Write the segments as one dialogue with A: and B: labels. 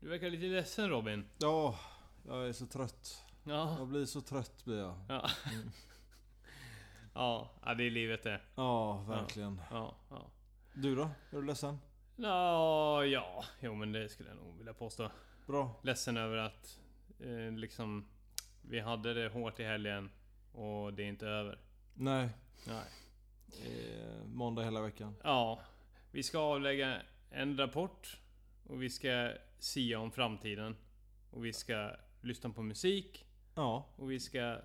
A: Du verkar lite ledsen Robin.
B: Ja, jag är så trött.
A: Ja.
B: Jag blir så trött blir jag.
A: Ja. ja, ja, det är livet det.
B: Ja, verkligen.
A: Ja, ja.
B: Du då? Är du ledsen?
A: Nå, ja, jo men det skulle jag nog vilja påstå.
B: Bra.
A: Ledsen över att eh, liksom vi hade det hårt i helgen och det är inte över.
B: Nej.
A: Nej.
B: Eh, måndag hela veckan.
A: Ja, vi ska avlägga en rapport och vi ska sia om framtiden. Och vi ska lyssna på musik
B: Ja,
A: och vi ska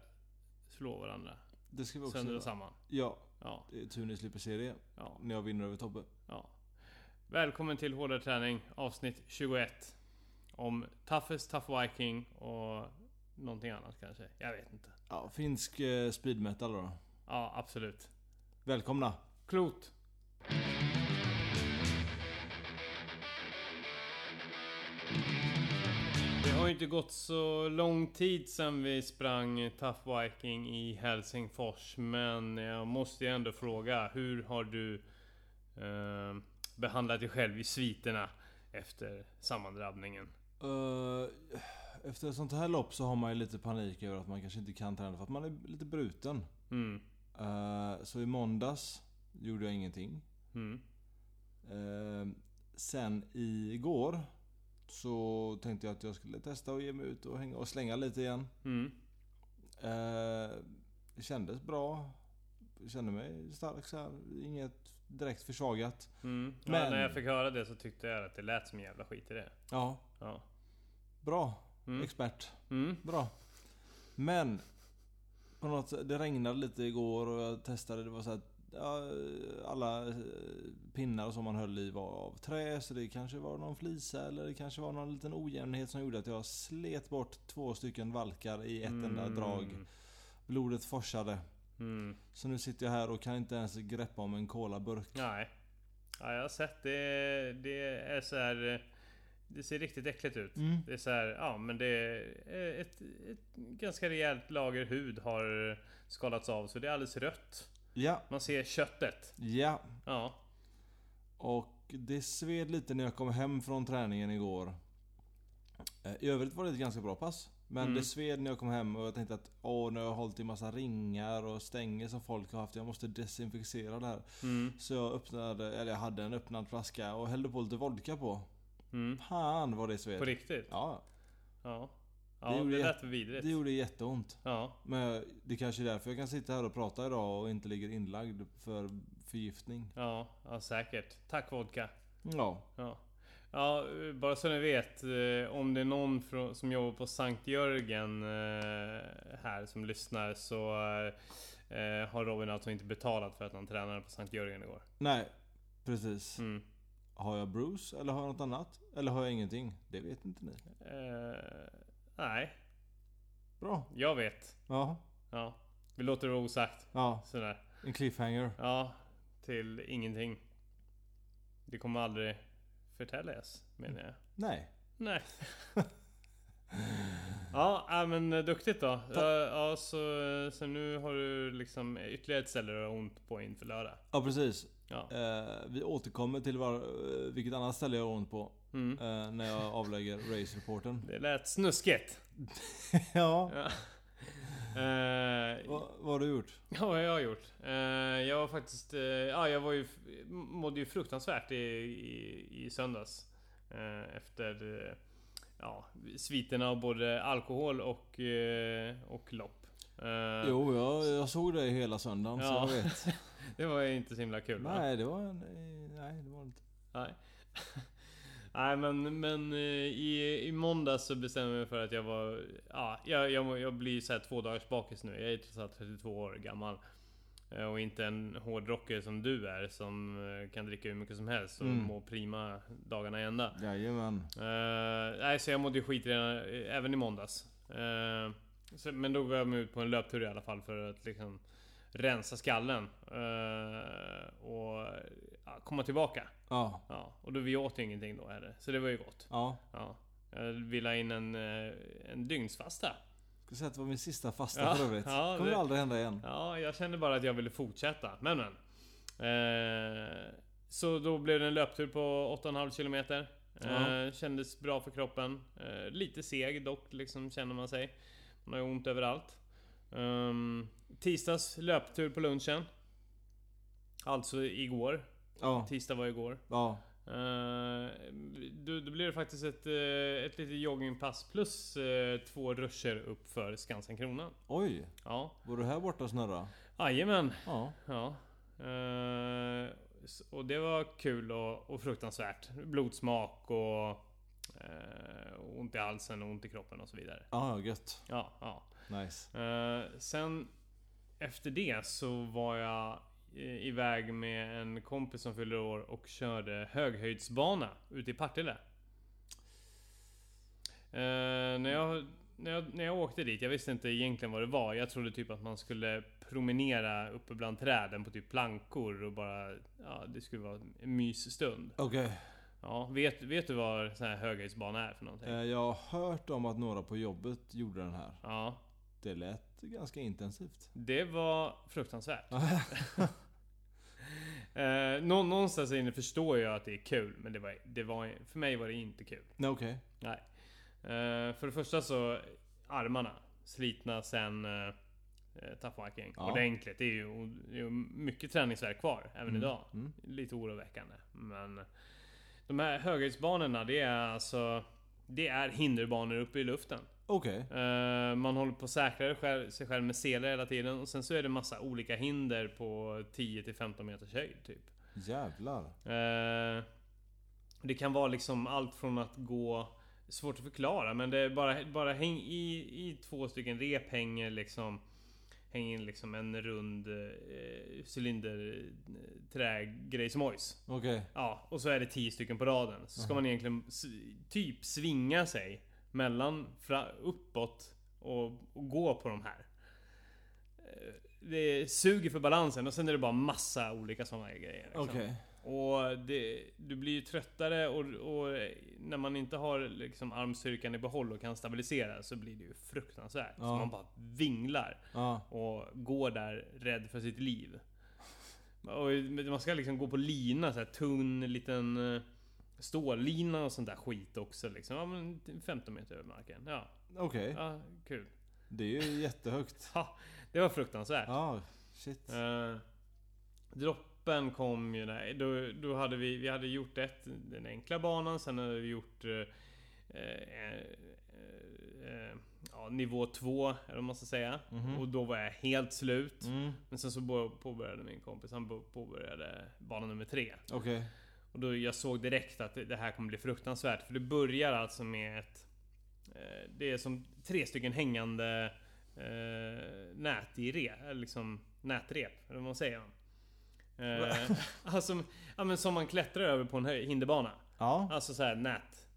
A: slå varandra
B: det ska vi också
A: sönder och
B: göra.
A: samman.
B: Ja,
A: Ja,
B: det är tur ni slipper se det
A: ja,
B: när jag vinner över Tobbe.
A: ja. Välkommen till Hårdare Träning avsnitt 21. Om Toughest Tough Viking och någonting annat kanske. Jag vet inte.
B: Ja, finsk eh, speed metal då.
A: Ja, absolut.
B: Välkomna!
A: Klot. Det har ju inte gått så lång tid sedan vi sprang Tough Viking i Helsingfors. Men jag måste ju ändå fråga, hur har du eh, behandlat dig själv i sviterna efter sammandrabbningen?
B: Eh, efter ett sånt här lopp så har man ju lite panik över att man kanske inte kan träna för att man är lite bruten.
A: Mm,
B: Eh, så i måndags gjorde jag ingenting.
A: mm,
B: Eh, sen igår så tänkte jag att jag skulle testa och ge mig ut och hänga och slänga lite igen.
A: mm,
B: Eh, det kändes bra. Jag kände mig stark så här. Inget direkt försvagat.
A: mm. Ja,
B: Men-
A: När jag fick höra det så tyckte jag att det lät som en jävla skit i det.
B: Ja,
A: Ja.
B: bra.
A: Mm.
B: Expert.
A: Mm.
B: Bra. Men på något sätt, det regnade lite igår och jag testade. Det var så att ja, alla eh, pinnar som man höll i var av trä. Så det kanske var någon flisa eller det kanske var någon liten ojämnhet som gjorde att jag slet bort två stycken valkar i ett enda drag. Blodet forsade.
A: Mm.
B: Så nu sitter jag här och kan inte ens greppa om en colaburk.
A: Nej. Ja, jag har sett det. Det är så här. eh, Det ser riktigt äckligt ut.
B: Mm.
A: Det är så här, ja men det är eh, ett, ett ganska rejält lager hud har skalats av så det är alldeles rött.
B: Ja,
A: Man ser köttet.
B: ja.
A: Ja.
B: Och det sved lite när jag kom hem från träningen igår. Eh, I övrigt var det ett ganska bra pass. Men
A: Mm.
B: det sved när jag kom hem och jag tänkte att åh, nu har jag hållit i massa ringar och stänger som folk har haft. Jag måste desinficera det här.
A: Mm.
B: Så jag öppnade, eller jag hade en öppnad flaska och hällde på lite vodka på.
A: Mm.
B: Fan vad det sved.
A: På riktigt?
B: Ja,
A: Ja.
B: Det
A: Ja,
B: gjorde
A: det
B: jag-
A: lät vidrigt.
B: det gjorde jätteont.
A: Ja.
B: Men det kanske är därför jag kan sitta här och prata idag och inte ligger inlagd för förgiftning.
A: Ja, ja, säkert. Tack vodka.
B: Ja.
A: Ja. ja, eh, bara så ni vet. eh, Om det är någon frå- som jobbar på Sankt Jörgen eh, här som lyssnar så eh, eh, har Robin alltså inte betalat för att han tränade på Sankt Jörgen igår.
B: Nej, precis.
A: Mm.
B: Har jag Bruce eller har jag något annat? Eller har jag ingenting? Det vet inte ni.
A: Eh, nej,
B: Bra.
A: jag vet.
B: Ja.
A: Ja. Vi låter det vara osagt.
B: Ja,
A: Sådär.
B: en cliffhanger.
A: Ja, till ingenting. Det kommer aldrig förtäljas menar jag.
B: Nej.
A: Nej. ja, ja, men eh, duktigt då. Ja, ja, så, eh, så nu har du liksom ytterligare ett ställe du har ont på inför lördag.
B: Ja, precis.
A: Ja.
B: Eh, vi återkommer till var, eh, vilket annat ställe jag har ont på
A: Mm.
B: eh, när jag avlägger race-reporten.
A: Det lät snuskigt.
B: ja.
A: Ja. Eh,
B: Va, vad har du gjort?
A: ja, vad jag har gjort? Eh, jag var faktiskt... eh, ja, jag var ju... f- Mådde ju fruktansvärt i, i, i söndags. Eh, efter... eh, ja, sviterna av både alkohol och, eh, och lopp. Eh,
B: Jo, jag, jag såg dig hela söndagen så
A: Ja.
B: jag vet.
A: Det var ju inte så himla kul. va?
B: Nej, det var en... eh, Nej, det var inte...
A: Nej. Nej men, men eh, i, i måndag så bestämde jag mig för att jag var... Ja, jag, jag, jag blir så här två dagars bakis nu. Jag är trots allt 32 år gammal. Eh, Och inte en hårdrockare som du är som eh, kan dricka hur mycket som helst och
B: Mm.
A: må prima dagarna i ända.
B: Jajamän.
A: Eh, nej, så jag mådde ju skit redan, eh, även i måndags. Eh, så, men då gav jag mig ut på en löptur i alla fall för att liksom rensa skallen. Eh, och ja, komma tillbaka.
B: Ja.
A: Ja, och då vi åt ju ingenting då heller. Så det var ju gott.
B: Ja.
A: Ja. Jag vill ha in en, eh, en dygnsfasta.
B: Ska säga att det var min sista fasta
A: Ja,
B: för övrigt.
A: ja,
B: kommer
A: det-
B: aldrig hända igen.
A: Ja, jag kände bara att jag ville fortsätta. Men men. Eh, så då blev det en löptur på 8,5 kilometer.
B: Ja.
A: Eh, kändes bra för kroppen. Eh, lite seg dock, liksom känner man sig. Man har ju ont överallt. Ehm, tisdags löptur på lunchen. Alltså igår.
B: Ja.
A: Tisdag var igår.
B: Ja.
A: Eh, då, då blir det faktiskt ett, eh, ett litet joggingpass plus eh, två ruscher upp för Skansen-Kronan.
B: Oj.
A: Ja,
B: Var du här borta och snurra?
A: jajamän.
B: Ja.
A: Ja. Eh, s- och det var kul och, och fruktansvärt. Blodsmak och eh, ont i halsen och ont i kroppen och så vidare.
B: Ja, gött.
A: Ja, ja.
B: Nice.
A: Eh, sen efter det så var jag eh, iväg med en kompis som fyllde år och körde höghöjdsbana ute i Partille. Eh, när, jag, när, jag, när jag åkte dit, jag visste inte egentligen vad det var. Jag trodde typ att man skulle promenera uppe bland träden på typ plankor och bara... Ja, det skulle vara en mysstund.
B: Okej.
A: Ja, vet, vet du vad sån här höghöjdsbana är för någonting?
B: Eh, Jag har hört om att några på jobbet gjorde den här.
A: Ja,
B: Det lät ganska intensivt.
A: det var fruktansvärt. Eh, nå- någonstans inne förstår jag att det är kul, men det var, det var, för mig var det inte kul.
B: Nej, okej.
A: Nej. Eh, för det första så, armarna slitna sen eh, tappmarking.
B: Ja.
A: Ordentligt. Det är, ju, det är ju mycket träningsvärk kvar, även idag.
B: Mm.
A: Lite oroväckande. Men de här höghöjdsbanorna, det är alltså... Det är hinderbanor uppe i luften.
B: Okej.
A: Eh, man håller på att säkra själv- sig själv med selar hela tiden och sen så är det massa olika hinder på 10-15 meters höjd typ.
B: Jävlar.
A: Eh, det kan vara liksom allt från att gå... Svårt att förklara men det är bara, bara häng i, i två stycken rep hänger liksom... Hänger liksom en rund eh, cylinder eh, trägrejsmojs.
B: Okej.
A: Ja, och så är det 10 stycken på raden. Så ska man egentligen s- typ svinga sig mellan fra, uppåt och, och gå på de här. Eh, Det suger för balansen och sen är det bara massa olika sådana grejer. liksom.
B: Okej.
A: Och det, du blir ju tröttare och, och när man inte har liksom armstyrkan i behåll och kan stabilisera så blir det ju fruktansvärt. Så
B: Ja.
A: man bara vinglar
B: Ja.
A: och går där rädd för sitt liv. Och man ska liksom gå på lina, så här tunn liten eh, stållina och sånt där skit också. Liksom. Ja, men 15 meter över marken. Ja,
B: Okej.
A: ja kul.
B: Det är ju jättehögt.
A: Ha, det var fruktansvärt.
B: Ja. Shit.
A: Eh, droppen kom ju när... Då, då hade vi, vi hade gjort ett, den enkla banan, sen hade vi gjort... Eh, eh, eh, ja, nivå 2, eller vad man ska säga.
B: Mhm.
A: Och då var jag helt slut.
B: Mm.
A: Men sen så bo- påbörjade min kompis, han bo- påbörjade bana nummer tre.
B: Okej.
A: Och då jag såg direkt att det det här kommer bli fruktansvärt. För det börjar alltså med ett... eh, Det är som tre stycken hängande eh, nät i re, eller liksom nätrep, eller vad man säger. Eh, alltså, ja, men som man klättrar över på en hö- hinderbana.
B: Ja.
A: Alltså så här nät.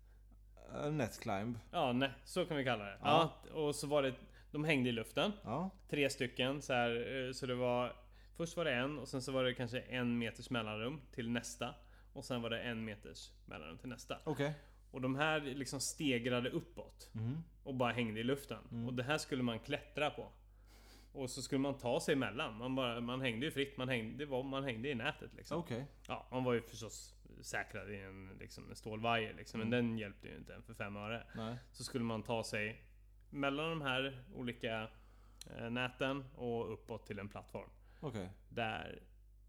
B: Eh, Netclimb.
A: Ja, nä, så kan vi kalla det. Ja. och så var det... De hängde i luften
B: Ja.
A: tre stycken så här, eh, så det var Först var det en och sen så var det kanske en meters mellanrum till nästa Och sen var det en meters mellanrum till nästa
B: Okej.
A: Och de här liksom stegrade uppåt
B: Mhm.
A: Och bara hängde i luften
B: Mm.
A: Och det här skulle man klättra på Och så skulle man ta sig emellan Man, bara, man hängde ju fritt, man hängde, det var, man hängde i nätet liksom
B: Okej.
A: Ja, man var ju förstås säkrad i en, liksom, en stålvajer liksom Men
B: Mm.
A: den hjälpte ju inte en för fem öre
B: Nej.
A: så skulle man ta sig mellan de här olika eh, näten och uppåt till en plattform.
B: Okej.
A: Där,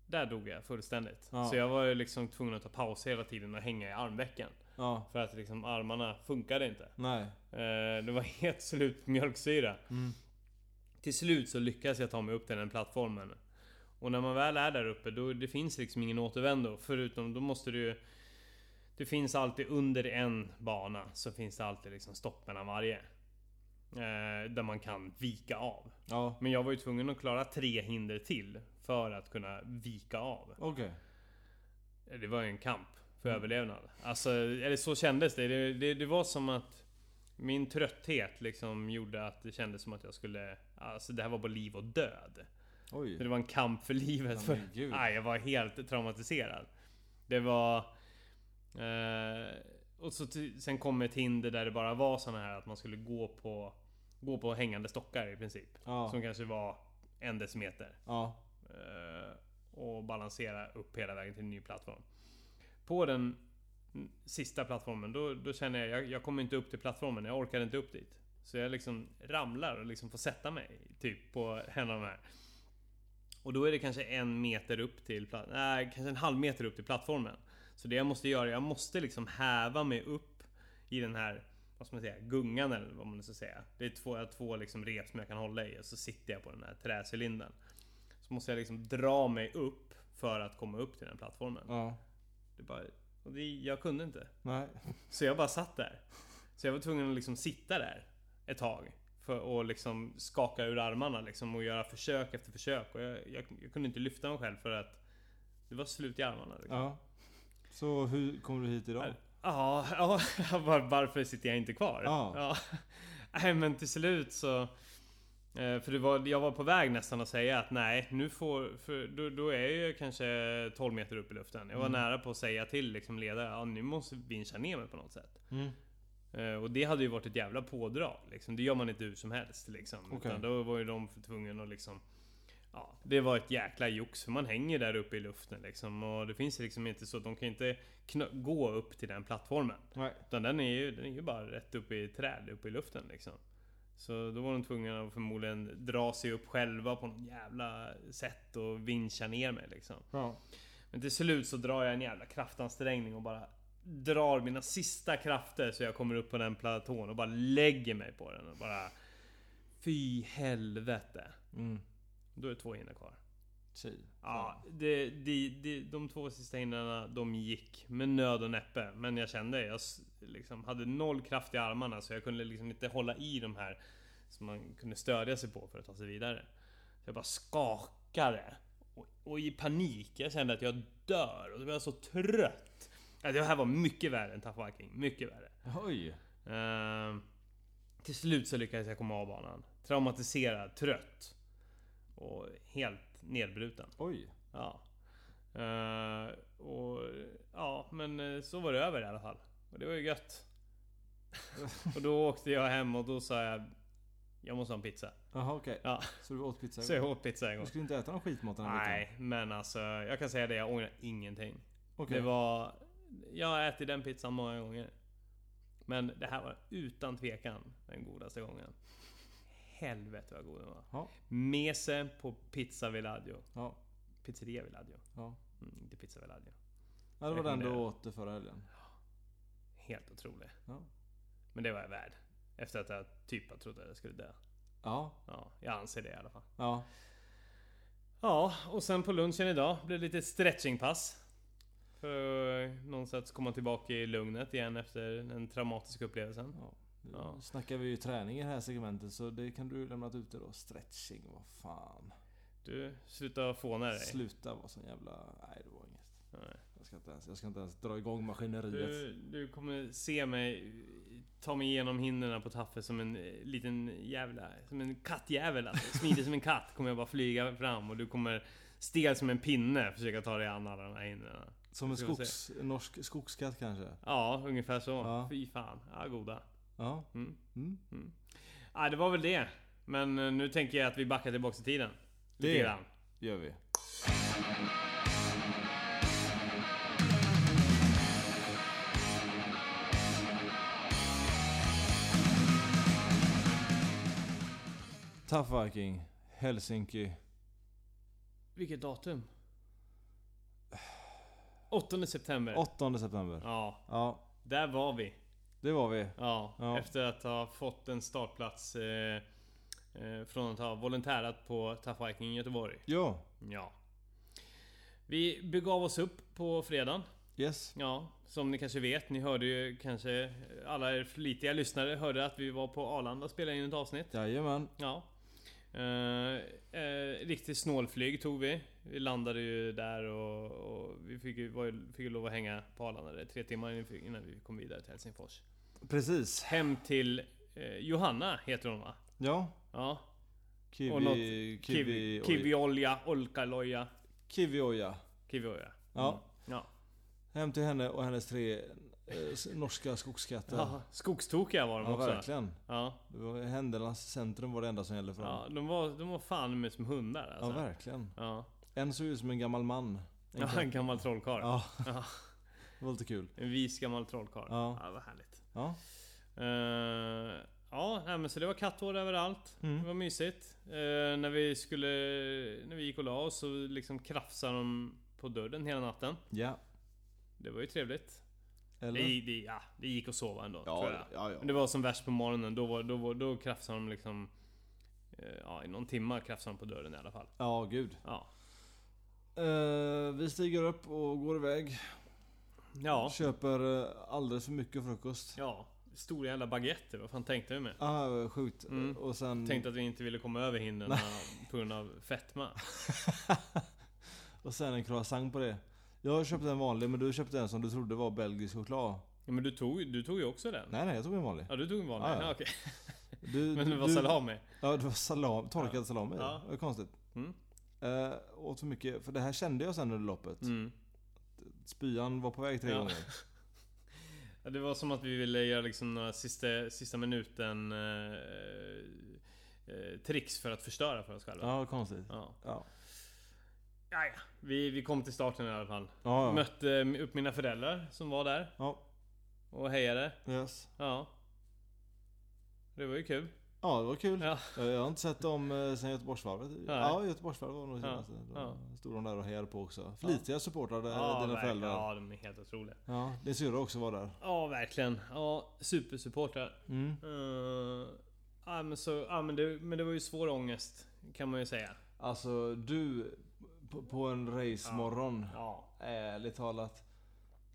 A: där dog jag fullständigt.
B: Ja.
A: Så jag var ju liksom tvungen att ta pauser hela tiden och hänga i armvecken.
B: Ja.
A: För att liksom armarna funkade inte.
B: Nej.
A: Eh, det var helt slut på mjölksyra.
B: Mm.
A: Till slut så lyckades jag ta mig upp till den plattformen. Och när man väl är där uppe, då det finns liksom ingen återvändo. Förutom då måste du ju... Det finns alltid under en bana, så finns det alltid liksom stopp mellan varje. Eh, där man kan vika av.
B: Ja.
A: Men jag var ju tvungen att klara tre hinder till för att kunna vika av.
B: Okej.
A: Eh, Det var ju en kamp för
B: Mm.
A: överlevnad. Alltså, eller så kändes det. Det, det. det var som att min trötthet liksom gjorde att det kändes som att jag skulle... Alltså det här var på liv och död. Så
B: Oj.
A: det var en kamp för livet.
B: Ja,
A: För,
B: men gud.
A: nej, jag var helt traumatiserad. Det var... Eh, och så ty, sen kom ett hinder där det bara var såna här att man skulle gå på... Gå på hängande stockar i princip.
B: Ja.
A: Som kanske var en decimeter.
B: Ja.
A: Eh, och balansera upp hela vägen till en ny plattform. På den sista plattformen, då, då känner jag, jag jag kommer inte upp till plattformen. Jag orkar inte upp dit. Så jag liksom ramlar och liksom får sätta mig typ på en av de här. Och då är det kanske en meter upp till platt- nej, kanske en halv meter upp till plattformen. Så det jag måste göra, jag måste liksom häva mig upp i den här, vad ska man säga, gungan eller vad man nu ska säga. Det är två, jag har två liksom rep som jag kan hålla i och så sitter jag på den här träcylindern. Så måste jag liksom dra mig upp för att komma upp till den plattformen.
B: Ja.
A: Det är bara, och det, jag kunde inte.
B: Nej.
A: Så jag bara satt där. Så jag var tvungen att liksom sitta där ett tag. För att liksom skaka ur armarna liksom och göra försök efter försök. Och jag, jag, jag kunde inte lyfta mig själv för att det var slut i armarna. Liksom.
B: Ja. Så hur kom du hit idag?
A: Nej. Ja, ja var, varför sitter jag inte kvar?
B: Ja.
A: Nej men till slut så... eh, För det var, jag var på väg nästan att säga att nej, nu får... För då, då är jag ju kanske 12 meter upp i luften. Jag var nära på att säga till liksom ledare, ja nu måste vi vincha ner mig på något sätt.
B: Mm.
A: Eh, Och det hade ju varit ett jävla pådrag. Liksom. Det gör man inte hur som helst. Liksom.
B: Okej.
A: Utan då var ju de tvungna att liksom... Ja, det var ett jäkla jox. För man hänger där uppe i luften liksom. Och det finns liksom inte så... De kan inte knö- gå upp till den plattformen.
B: Nej.
A: Utan den är ju, den är ju bara rätt uppe i ett träd, uppe i luften liksom. Så då var de tvungna att förmodligen dra sig upp själva på något jävla sätt och vincha ner mig liksom.
B: Ja.
A: Men till slut så drar jag en jävla kraftansträngning och bara drar mina sista krafter så jag kommer upp på den platån och bara lägger mig på den och bara... Fy helvete.
B: Mm.
A: Då är det två hinder kvar.
B: Tji.
A: Ja, det, det, det, de två sista hindren de gick med nöd och näppe. Men jag kände, jag s- liksom hade noll kraft i armarna så jag kunde liksom inte hålla i de här som man kunde stödja sig på för att ta sig vidare. Så jag bara skakade. Och, och i panik, jag kände att jag dör. Och då var jag så trött. Ja, det här var mycket värre än Tough Viking. Mycket värre.
B: Oj.
A: Ehm, till slut så lyckades jag komma av banan. Traumatiserad, trött. Och helt nedbruten.
B: Oj.
A: Ja. Eh, och ja, men eh, så var det över i alla fall. Och det var ju gött. och då åkte jag hem och då sa jag Jag måste ha en pizza.
B: Jaha okej.
A: Ja,
B: Så du åt pizza?
A: så jag åt pizza en
B: Du
A: gång.
B: skulle inte äta någon skitmat den här veckan?
A: Nej, men alltså jag kan säga det. Jag ångrar ingenting.
B: Okej.
A: Det var... Jag har ätit den pizzan många gånger. Men det här var utan tvekan den godaste gången. Helvete vad god den var.
B: Ja.
A: Mese på Pizza Villaggio.
B: Ja.
A: Pizzeria Villaggio.
B: Ja.
A: Mm, inte Pizza Villaggio.
B: ja. Det var den du
A: Rekommenderar.
B: åt förra helgen.
A: Helt otrolig.
B: Ja.
A: Men det var jag värd. Efter att jag typ jag trodde att jag skulle dö.
B: Ja.
A: Ja, jag anser det i alla fall.
B: Ja.
A: Ja, och sen på lunchen idag blev det lite stretchingpass. För att någonstans komma tillbaka i lugnet igen efter den traumatiska upplevelsen.
B: ja. Nu
A: Ja.
B: snackar vi ju träning i det här segmentet så det kan du lämnat ute då. Stretching, vad fan.
A: Du, sluta fåna dig.
B: Sluta vara sån jävla... Nej det var inget.
A: Nej.
B: Jag ska inte ens, jag ska inte ens dra igång maskineriet.
A: Du, du kommer se mig ta mig igenom hindren på Taffe som en eh, liten jävla... Som en kattjävel alltså. Smidig som en katt kommer jag bara flyga fram och du kommer stel som en pinne försöka ta dig an alla de här hindren.
B: Som en
A: Ska vi se.
B: skogs, norsk skogskatt kanske?
A: Ja, ungefär så.
B: Ja.
A: Fy fan. Ja, goda.
B: Ja.
A: Mm.
B: Mm.
A: Ja, det var väl det. Men eh, nu tänker jag att vi backar tillbaka i tiden. Lite
B: Det-
A: grann.
B: gör vi. Tough Viking, Helsinki.
A: Vilket datum? 8 september.
B: 8 september.
A: Ja,
B: Ja,
A: där var vi.
B: det var vi.
A: Ja,
B: Ja.
A: efter att ha fått en startplats eh, eh, från att ha volontärat på Tough Viking i Göteborg.
B: Ja,
A: Ja. Vi begav oss upp på fredagen.
B: yes.
A: Ja, som ni kanske vet, ni hörde ju kanske alla er flitiga lyssnare hörde att vi var på Arlanda och spelade in ett avsnitt.
B: Jajamän.
A: Ja. Eh, eh, riktigt snålflyg tog vi. Vi landade ju där och, och vi fick ju, var ju, fick ju lov att hänga på Arlanda där, tre timmar innan vi- innan vi kom vidare till Helsingfors.
B: Precis.
A: Hem till eh, Johanna heter hon va?
B: Ja.
A: Ja.
B: Kiwi...
A: Och något-
B: kiwi...
A: Kiwi,
B: oj-
A: kiwiolja, olkaloja,
B: Kiwioja.
A: kiwioja.
B: Ja.
A: Mm. Ja.
B: Hem till henne och hennes tre eh, s- norska skogskatter.
A: ja. Skogstokiga var de
B: Ja,
A: också.
B: verkligen.
A: Ja.
B: Det var- Händelsernas centrum var det enda som gällde för dem.
A: ja de, var, de var fan med som hundar
B: Ja,
A: alltså.
B: verkligen.
A: Ja,
B: En såg ut som en gammal man. En
A: ja.
B: katt.
A: en gammal trollkarl.
B: Ja.
A: Ja.
B: Det var lite kul.
A: En vis gammal trollkarl.
B: Ja.
A: ja vad härligt.
B: Ja.
A: Eh, ja, nej, men så det var katthår överallt. Det
B: Mm.
A: var mysigt. Eh, när vi skulle... När vi gick och la oss så liksom krafsade de på dörren hela natten.
B: Ja.
A: Det var ju trevligt.
B: Eller?
A: Det, gick- det, ja, det gick att sova ändå, tror jag.
B: ja,
A: Men det var som värst på morgonen. Då, var, då, var, då krafsade de liksom... eh, Ja, i någon timma krafsade de på dörren i alla fall.
B: Ja, gud.
A: Ja.
B: Eh, vi stiger upp och går iväg.
A: Ja.
B: Köper eh, alldeles för mycket frukost.
A: Ja. Stora jävla baguetter. Vad fan tänkte vi med?
B: Ah, vad sjukt.
A: Mm.
B: Och sen...
A: Tänkte att vi inte ville komma över hindren på grund av fetma.
B: och sen en croissant på det. Jag köpte en vanlig men du köpte en som du trodde var belgisk choklad.
A: Ja, men du tog, ju- du tog ju också den.
B: Nej, nej, jag tog en vanlig.
A: Ja, du tog en vanlig.
B: Ja, ja.
A: Ja, okej.
B: Du,
A: Men
B: du-
A: det var
B: du-
A: salami.
B: Ja, det var salam, torkad salami.
A: Ja.
B: Det var konstigt.
A: Mm.
B: Eh, åt för mycket, för det här kände jag sen under loppet.
A: Mm.
B: Spyan var på väg tre
A: Ja.
B: gånger.
A: Ja, det var som att vi ville göra liksom några sista, sista minuten eh, eh, tricks för att förstöra för oss själva.
B: Ja, konstigt.
A: Ja.
B: Ja.
A: Ja, ja. Vi, vi kom till starten i alla fall.
B: Ja, ja.
A: Mötte eh, upp mina föräldrar som var där
B: Ja,
A: och hejade.
B: yes.
A: Ja. Det var ju kul.
B: ja, det var kul.
A: Ja.
B: Eh, Jag har inte sett dem eh, sen Göteborgsvarvet. Ja, Göteborgsvarvet var nog
A: Ja,
B: senaste. Då
A: ja.
B: stod de där och hejade på också. Flitiga supportrar,
A: ja,
B: eh, dina
A: verkligen.
B: föräldrar.
A: Ja, de är helt otroliga.
B: Ja, din syrra också var där.
A: Ja, verkligen. Ja, supersupportrar.
B: Mm.
A: Eh, ja, men, så, ja, men, det, men det var ju svår ångest kan man ju säga.
B: Alltså du, på, på en racemorgon.
A: Ja.
B: Ärligt talat.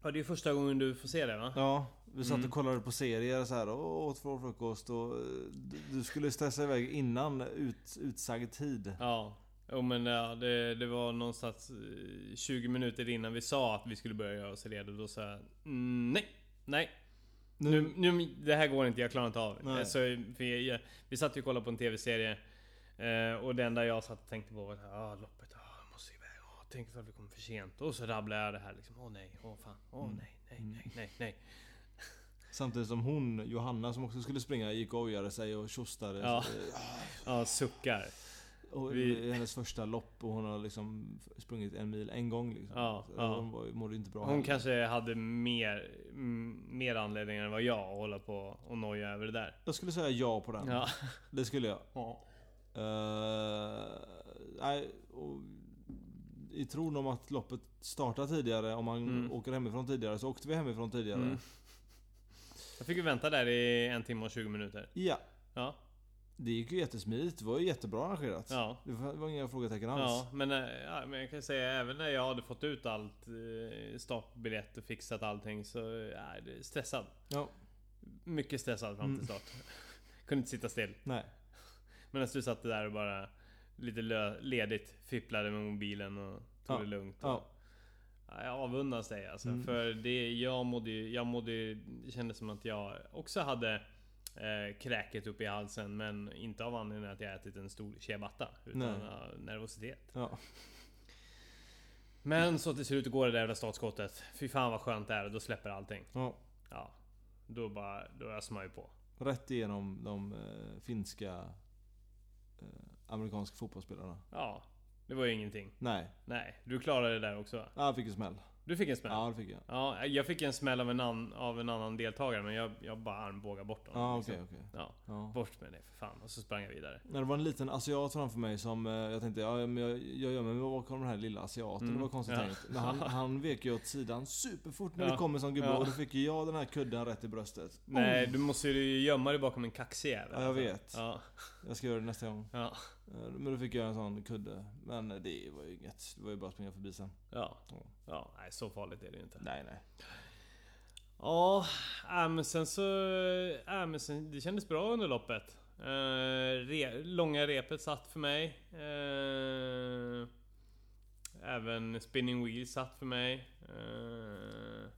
A: ja det är första gången du får se det va?
B: Ja, vi satt
A: Mm.
B: och kollade på serier så här och åt vår frukost och eh, du, du skulle stressa iväg innan ut, utsagd tid.
A: Ja. Jo men ja, det, det var någonstans eh, 20 minuter innan vi sa att vi skulle börja göra oss redo. Då sa jag "Mm, nej, nej. Nu, nu, det här går inte, jag klarar inte av det.
B: Nej.
A: Alltså, för jag, jag, vi satt ju och kollade på en TV-serie. Eh, och det enda jag satt och tänkte på var att ah, loppet, ah, jag måste iväg. Ah, tänk ifall vi kommer för sent. Och så rabblade jag det här liksom. Åh nej, åh fan, åh nej, nej, nej, nej, nej.
B: Samtidigt som hon, Johanna som också skulle springa, gick och ojade sig och tjostade.
A: Ja.
B: Så, eh,
A: Ja, suckar.
B: Och
A: Vi-
B: det är hennes första lopp och hon har liksom sprungit en mil en gång liksom.
A: Ja,
B: Så
A: ja.
B: Hon var, mådde inte bra
A: Hon
B: heller.
A: kanske hade mer, mm, mer anledningar än vad jag att hålla på och noja över det där.
B: Jag skulle säga ja på den.
A: Ja.
B: Det skulle jag.
A: Ja.
B: Eh, nej, och I tron om att loppet startar tidigare, om man
A: Mm.
B: åker hemifrån tidigare, så åkte vi hemifrån tidigare.
A: Mm. Jag fick ju vänta där i en timme och 20 minuter.
B: Ja,
A: Ja,
B: det gick ju jättesmidigt. Det var ju jättebra arrangerat.
A: ja.
B: Det var det var inga frågetecken alls.
A: Ja, men, eh, ja, men jag kan säga även när jag hade fått ut allt eh, startbiljett och fixat allting så är det stressad.
B: Ja.
A: Mycket stressad fram till start. Kunde inte sitta still.
B: Nej.
A: Medan du satt där och bara lite lö- ledigt fipplade med mobilen och tog
B: Ja.
A: det lugnt. Och,
B: Ja.
A: Ja, jag avundas dig alltså.
B: Mm.
A: För det, jag mådde ju, jag mådde ju, det kändes som att jag också hade eh, kräket upp i halsen. Men inte av anledningen att jag ätit en stor ciabatta. Utan
B: Nej.
A: av nervositet.
B: Ja.
A: Men så till slut går det där jävla startskottet. Fy fan vad skönt det är och då släpper allting.
B: ja.
A: Ja. Då bara, då öser man ju på.
B: Rätt igenom de eh, finska eh, amerikanska fotbollsspelarna.
A: Ja. Det var ju ingenting.
B: Nej,
A: Nej, du klarade det där också va?
B: ah, jag fick en smäll.
A: Du fick en smäll?
B: Ja, det fick jag.
A: Ja, jag fick en smäll av en, an, av en annan deltagare men jag, jag bara armbågade bort honom.
B: Ja,
A: liksom.
B: Ah, okej, Oh. okej.
A: Ja,
B: Ja.
A: bort med det för fan. Och så sprang jag vidare.
B: När det var en liten asiat framför mig som eh, jag tänkte, ja men jag, jag gör mig bakom den här lilla asiaten.
A: Mm.
B: Det var konstigt
A: Ja.
B: tänkt. Men han, han vek ju åt sidan superfort när
A: Ja.
B: det kom en sån gubbe
A: Ja.
B: och då fick ju jag den här kudden rätt i bröstet.
A: Nej, du måste ju gömma dig bakom en kaxig jävel.
B: Ja, jag vet.
A: Ja,
B: Jag ska göra det nästa gång.
A: ja,
B: Eh, Men då fick jag en sån kudde. Men eh, det var ju inget. Det var ju bara att springa förbi sen.
A: ja. Ja, nej så farligt är det ju inte.
B: Nej, nej.
A: Ja, äh, men sen så... Äh, men sen, det kändes bra under loppet. Eh, re, långa repet satt för mig. Eh, även spinning wheel satt för mig. Eh,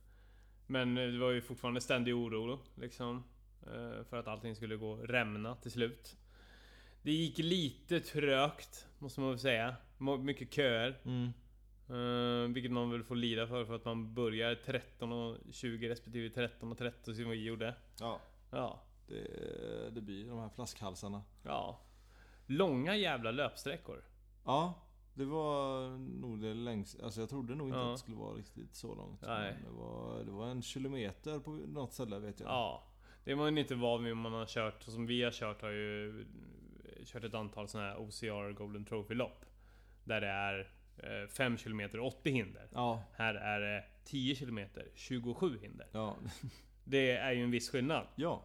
A: men det var ju fortfarande ständig oro liksom. Eh, för att allting skulle gå rämna till slut. Det gick lite trögt, måste man väl säga. Må- Mycket köer.
B: Mm.
A: Eh, vilket man väl får lida för för att man börjar 13 och 20 respektive 13 och 30 som vi gjorde.
B: Ja.
A: Ja.
B: Det, det blir ju de här flaskhalsarna.
A: Ja. Långa jävla löpsträckor.
B: Ja. Det var nog det längst. Alltså jag trodde nog inte
A: Ja.
B: att det skulle vara riktigt så långt.
A: Nej.
B: Men Det, var, det var en kilometer på något ställe vet jag.
A: Ja. Det är man ju inte van vid om man har kört, som vi har kört, har ju kört ett antal sådana här OCR Golden Trophy-lopp. Där det är eh, 5 km 80 hinder.
B: Ja.
A: Här är det 10 km 27 hinder.
B: Ja.
A: Det är ju en viss skillnad.
B: Ja.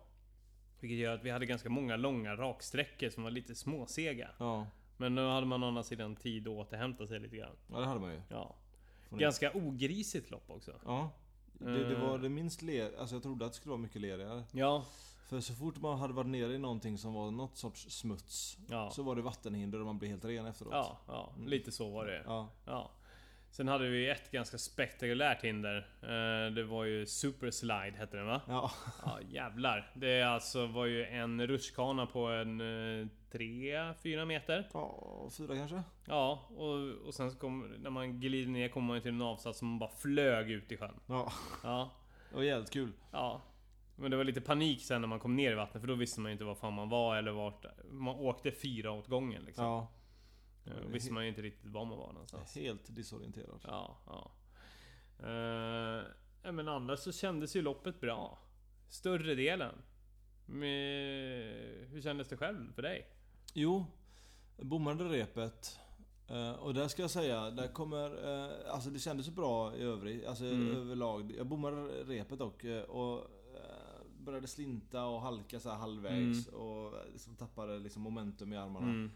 A: Vilket gör att vi hade ganska många långa raksträckor som var lite småsega.
B: Ja.
A: Men nu hade man å andra sidan tid att återhämta sig lite grann.
B: Ja det hade man ju.
A: Ja.
B: Får ni-
A: Ganska ogrisigt lopp också.
B: Ja. Det, det
A: Eh.
B: var det minst ler... Alltså jag trodde att det skulle vara mycket lerigare.
A: Ja.
B: För så fort man hade varit nere i någonting som var något sorts smuts.
A: Ja.
B: Så var det vattenhinder och man blev helt ren efteråt.
A: Ja, ja. Lite så var det.
B: Ja.
A: Ja. Sen hade vi ett ganska spektakulärt hinder. Eh, Det var ju Super Slide hette den va?
B: Ja.
A: Ja jävlar. Det alltså var ju en rutschkana på en 3-4 meter.
B: ja. Fyra kanske?
A: Ja, och, och sen så kom, när man glider ner kommer man ju till en avsats som bara flög ut i sjön.
B: Ja.
A: Ja,
B: Det var jävligt kul.
A: ja. Men det var lite panik sen när man kom ner i vattnet för då visste man ju inte var fan man var eller vart... Man åkte fyra åt gången liksom.
B: Ja.
A: Eh, och visste man ju inte riktigt var man var någonstans.
B: Helt disorienterad.
A: Ja, ja. Eh, ja, men annars så kändes ju loppet bra. Större delen. Men, hur kändes det själv för dig?
B: Jo, bommade repet. Eh, och där ska jag säga, där kommer... eh, alltså det kändes så bra i övrigt, alltså
A: Mm.
B: överlag. Jag bommade repet dock eh, och eh, började slinta och halka så här halvvägs och liksom tappade liksom momentum i armarna.
A: Mm.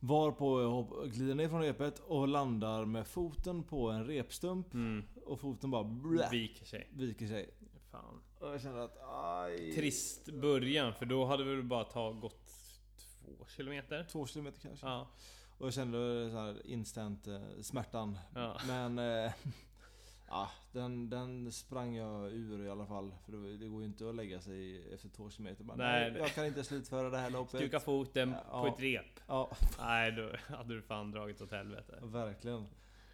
B: Varpå jag hopp, glider ner från repet och landar med foten på en repstump
A: Mm.
B: och foten bara blä,
A: Viker sig.
B: viker sig.
A: Fan.
B: Och jag kände att aj...
A: Trist början för då hade vi väl bara ta gått två kilometer?
B: Två kilometer kanske.
A: Ja.
B: Och jag kände så här instant eh, smärtan.
A: Ja.
B: Men... Eh, ja, den, den sprang jag ur i alla fall. För det, det går ju inte att lägga sig efter två kilometer. Bara,
A: Nej.
B: nej, jag kan inte slutföra det här loppet.
A: Kuka foten
B: Ja.
A: på ett rep.
B: Ja,
A: Nej, då hade du fan dragit åt helvete.
B: verkligen.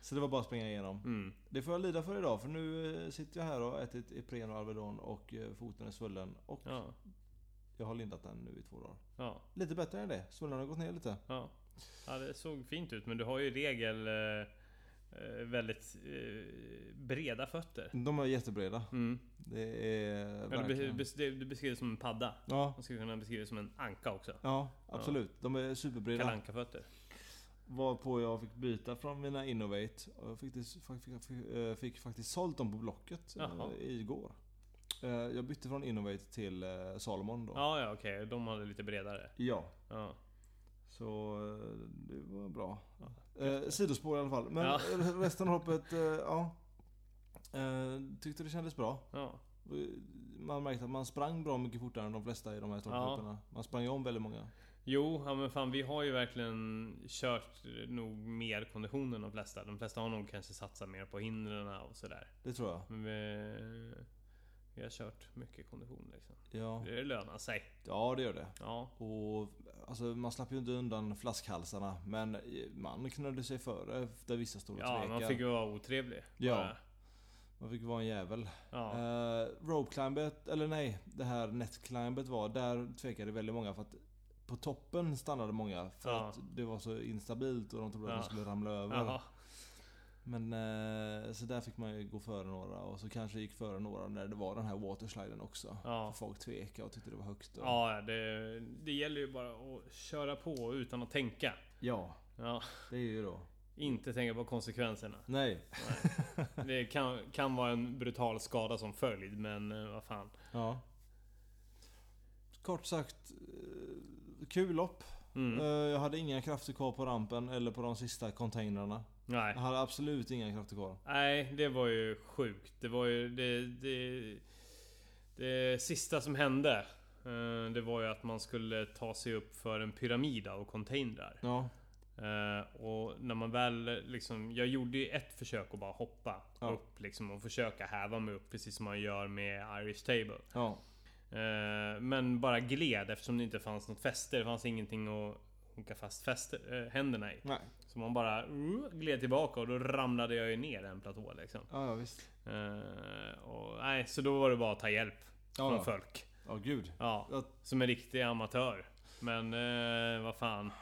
B: Så det var bara att springa igenom.
A: Mm.
B: Det får jag lida för idag. För nu eh, sitter jag här och har ätit Ipren och Alvedon och eh, foten är svullen. Och
A: Ja.
B: jag har lindat den nu i två dagar.
A: Ja.
B: Lite bättre än det. Svullan har gått ner lite.
A: Ja. ja, det såg fint ut. Men du har ju i regel eh, eh, väldigt eh, breda fötter.
B: De är jättebreda.
A: Mm.
B: Det är
A: Ja, Du,
B: verkligen...
A: bes- det- du beskriver det som en padda.
B: Ja,
A: Man skulle kunna beskriva det som en anka också.
B: ja absolut. De är
A: Kalle
B: superbreda.
A: Anka-fötter.
B: Varpå jag fick byta från mina Innovate och jag fick, dis- fick, fick, fick, eh, fick faktiskt sålt dem på Blocket eh,
A: Jaha.
B: igår. Eh, Jag bytte från Innovate till eh, Salomon då.
A: Ja, ja okej. De hade lite bredare.
B: Ja,
A: Ja.
B: Så eh, det var bra. Eh, sidospår i alla fall. Men
A: Ja.
B: resten av hoppet, eh, ja. Eh, tyckte det kändes bra.
A: Ja.
B: Man märkte att man sprang bra mycket fortare än de flesta i de här startgrupperna. Man sprang ju om väldigt många.
A: Jo, ja, men fan vi har ju verkligen kört eh, nog mer kondition än de flesta. De flesta har nog kanske satsat mer på hindren och sådär.
B: Det tror jag.
A: Men vi, vi har kört mycket kondition liksom.
B: Ja,
A: Det lönar sig.
B: ja det gör det.
A: Ja.
B: Och alltså, man slapp ju inte undan flaskhalsarna. Men man knödde sig före där vissa stod och
A: Ja,
B: tvekade.
A: man fick ju vara otrevlig.
B: Ja.
A: bara.
B: man fick vara en jävel.
A: Ja.
B: Eh, rope climbet, eller nej, det här netclimbet var, där tvekade väldigt många för att på toppen stannade många för
A: Ja.
B: att det var så instabilt och de trodde att
A: Ja.
B: de skulle ramla över.
A: Jaha.
B: Men eh, så där fick man ju gå före några och så kanske gick före några när det var den här watersliden också.
A: Ja.
B: För folk tvekade och tyckte det var högt. Och,
A: Ja, det, det gäller ju bara att köra på utan att tänka.
B: ja,
A: Ja,
B: det är ju då.
A: inte tänka på konsekvenserna.
B: Nej.
A: Det kan, kan vara en brutal skada som följd, men eh, vad fan.
B: Ja. Kort sagt, eh, kul lopp.
A: Mm.
B: Eh, jag hade inga krafter kvar på rampen eller på de sista containrarna.
A: Nej.
B: Jag hade absolut inga krafter kvar.
A: Nej, det var ju sjukt. Det var ju det... Det, det sista som hände. eh, Det var ju att man skulle ta sig upp för en pyramid av containrar.
B: Ja,
A: Eh, och när man väl liksom, jag gjorde ju ett försök att bara hoppa
B: Ja.
A: upp liksom och försöka häva mig upp precis som man gör med Irish Table.
B: ja,
A: Eh, men bara gled eftersom det inte fanns något fäste. Det fanns ingenting att hooka fast fäste, eh, händerna i.
B: nej.
A: Så man bara uh, gled tillbaka och då ramlade jag ju ner en platå liksom.
B: Ja, ja visst.
A: Eh, och, nej, så då var det bara att ta hjälp
B: Ja,
A: från
B: ja.
A: folk.
B: ja gud.
A: Ja,
B: Ja.
A: som en riktig amatör. Men eh, vad fan.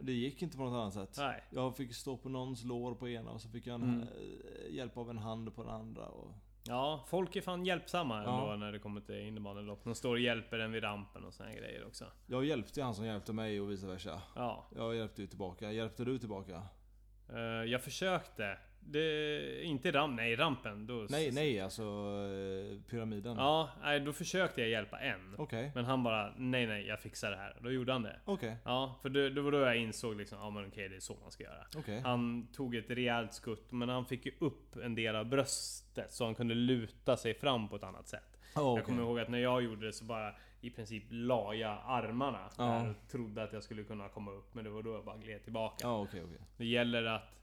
B: Det gick inte på något annat sätt.
A: Nej.
B: Jag fick stå på någons lår på ena och så fick jag en,
A: Mm.
B: eh, hjälp av en hand på den andra. Och,
A: Ja, folk är fan hjälpsamma
B: Ja.
A: ändå när det kommer till innebandylopp. De står och hjälper en vid rampen och såna här grejer också.
B: jag hjälpte han som hjälpte mig och vice versa.
A: Ja.
B: Jag hjälpte ju tillbaka. Hjälpte du tillbaka?
A: Eh, jag försökte. Det, inte ramp, nej rampen. Då,
B: Nej, nej alltså eh, pyramiden.
A: Ja, nej, då försökte jag hjälpa en.
B: Okej.
A: Men han bara, nej nej jag fixar det här. Då gjorde han det.
B: Okej.
A: Ja, för det, det var då jag insåg liksom, ja men okej det är så man ska göra.
B: Okej.
A: Han tog ett rejält skutt, men han fick ju upp en del av bröstet så han kunde luta sig fram på ett annat sätt.
B: Ja, okej.
A: Jag kommer ihåg att när jag gjorde det så bara i princip la jag armarna
B: Ja.
A: där och trodde att jag skulle kunna komma upp, men det var då jag bara gled tillbaka.
B: Ja, okej, okej.
A: Det gäller att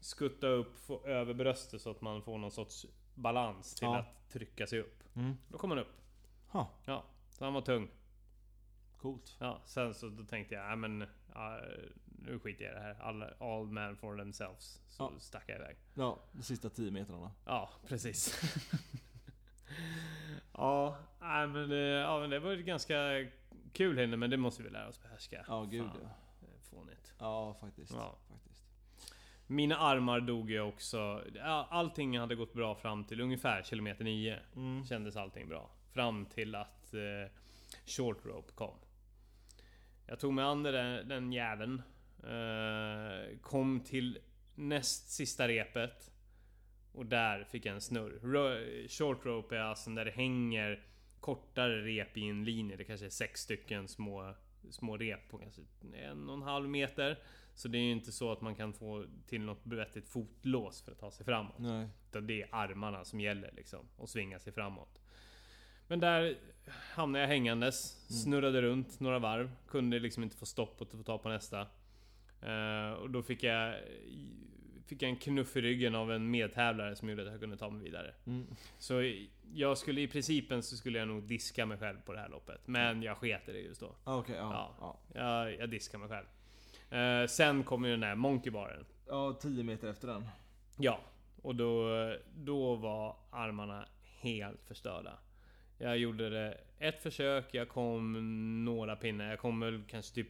A: skutta upp få över bröstet så att man får någon sorts balans till
B: Ja.
A: att trycka sig upp.
B: Mm.
A: Då kom han upp.
B: Ha,
A: Ja, så han var tung.
B: coolt.
A: Ja, sen så då tänkte jag, "Nej, men ja, nu skiter jag i det här. All, all man for themselves. Så
B: Ja.
A: stack jag iväg.
B: Ja, de sista tio metrarna.
A: Ja, precis. ja, nej, men, eh, ja, men det var ju ett ganska kul hinder, men det måste vi lära oss behärska.
B: Ja, gud
A: Fan, eh,
B: ja.
A: Fånigt.
B: Ja, faktiskt.
A: Ja.
B: faktiskt.
A: Mina armar dog ju också. Ja, Allting hade gått bra fram till ungefär kilometer 9.
B: Mm.
A: Kändes allting bra. Fram till att eh, short rope kom. Jag tog mig an den, den jäveln. Eh, kom till näst sista repet. Och där fick jag en snurr. Ro- short rope är alltså när det hänger kortare rep i en linje. Det kanske är sex stycken små, små rep på kanske en och en halv meter. Så det är ju inte så att man kan få till något vettigt fotlås för att ta sig framåt.
B: Nej.
A: Utan det är armarna som gäller liksom. Och svinga sig framåt. Men där hamnade jag hängandes. Snurrade runt några varv. Kunde liksom inte få stopp och få ta på nästa. Eh, och då fick jag, fick jag en knuff i ryggen av en medtävlare som gjorde att jag kunde ta mig vidare.
B: Mm.
A: Så i- jag skulle i principen så skulle jag nog diska mig själv på det här loppet. Men jag sket i det just då.
B: Ah, Okej, ja.
A: Ja.
B: Ja. ja.
A: Jag, jag diskade mig själv. Eh, sen kom ju den här Monkeybaren.
B: tio meter efter den.
A: Ja, och då, då var armarna helt förstörda. Jag gjorde det ett försök, jag kom några pinnar. Jag kom väl kanske typ...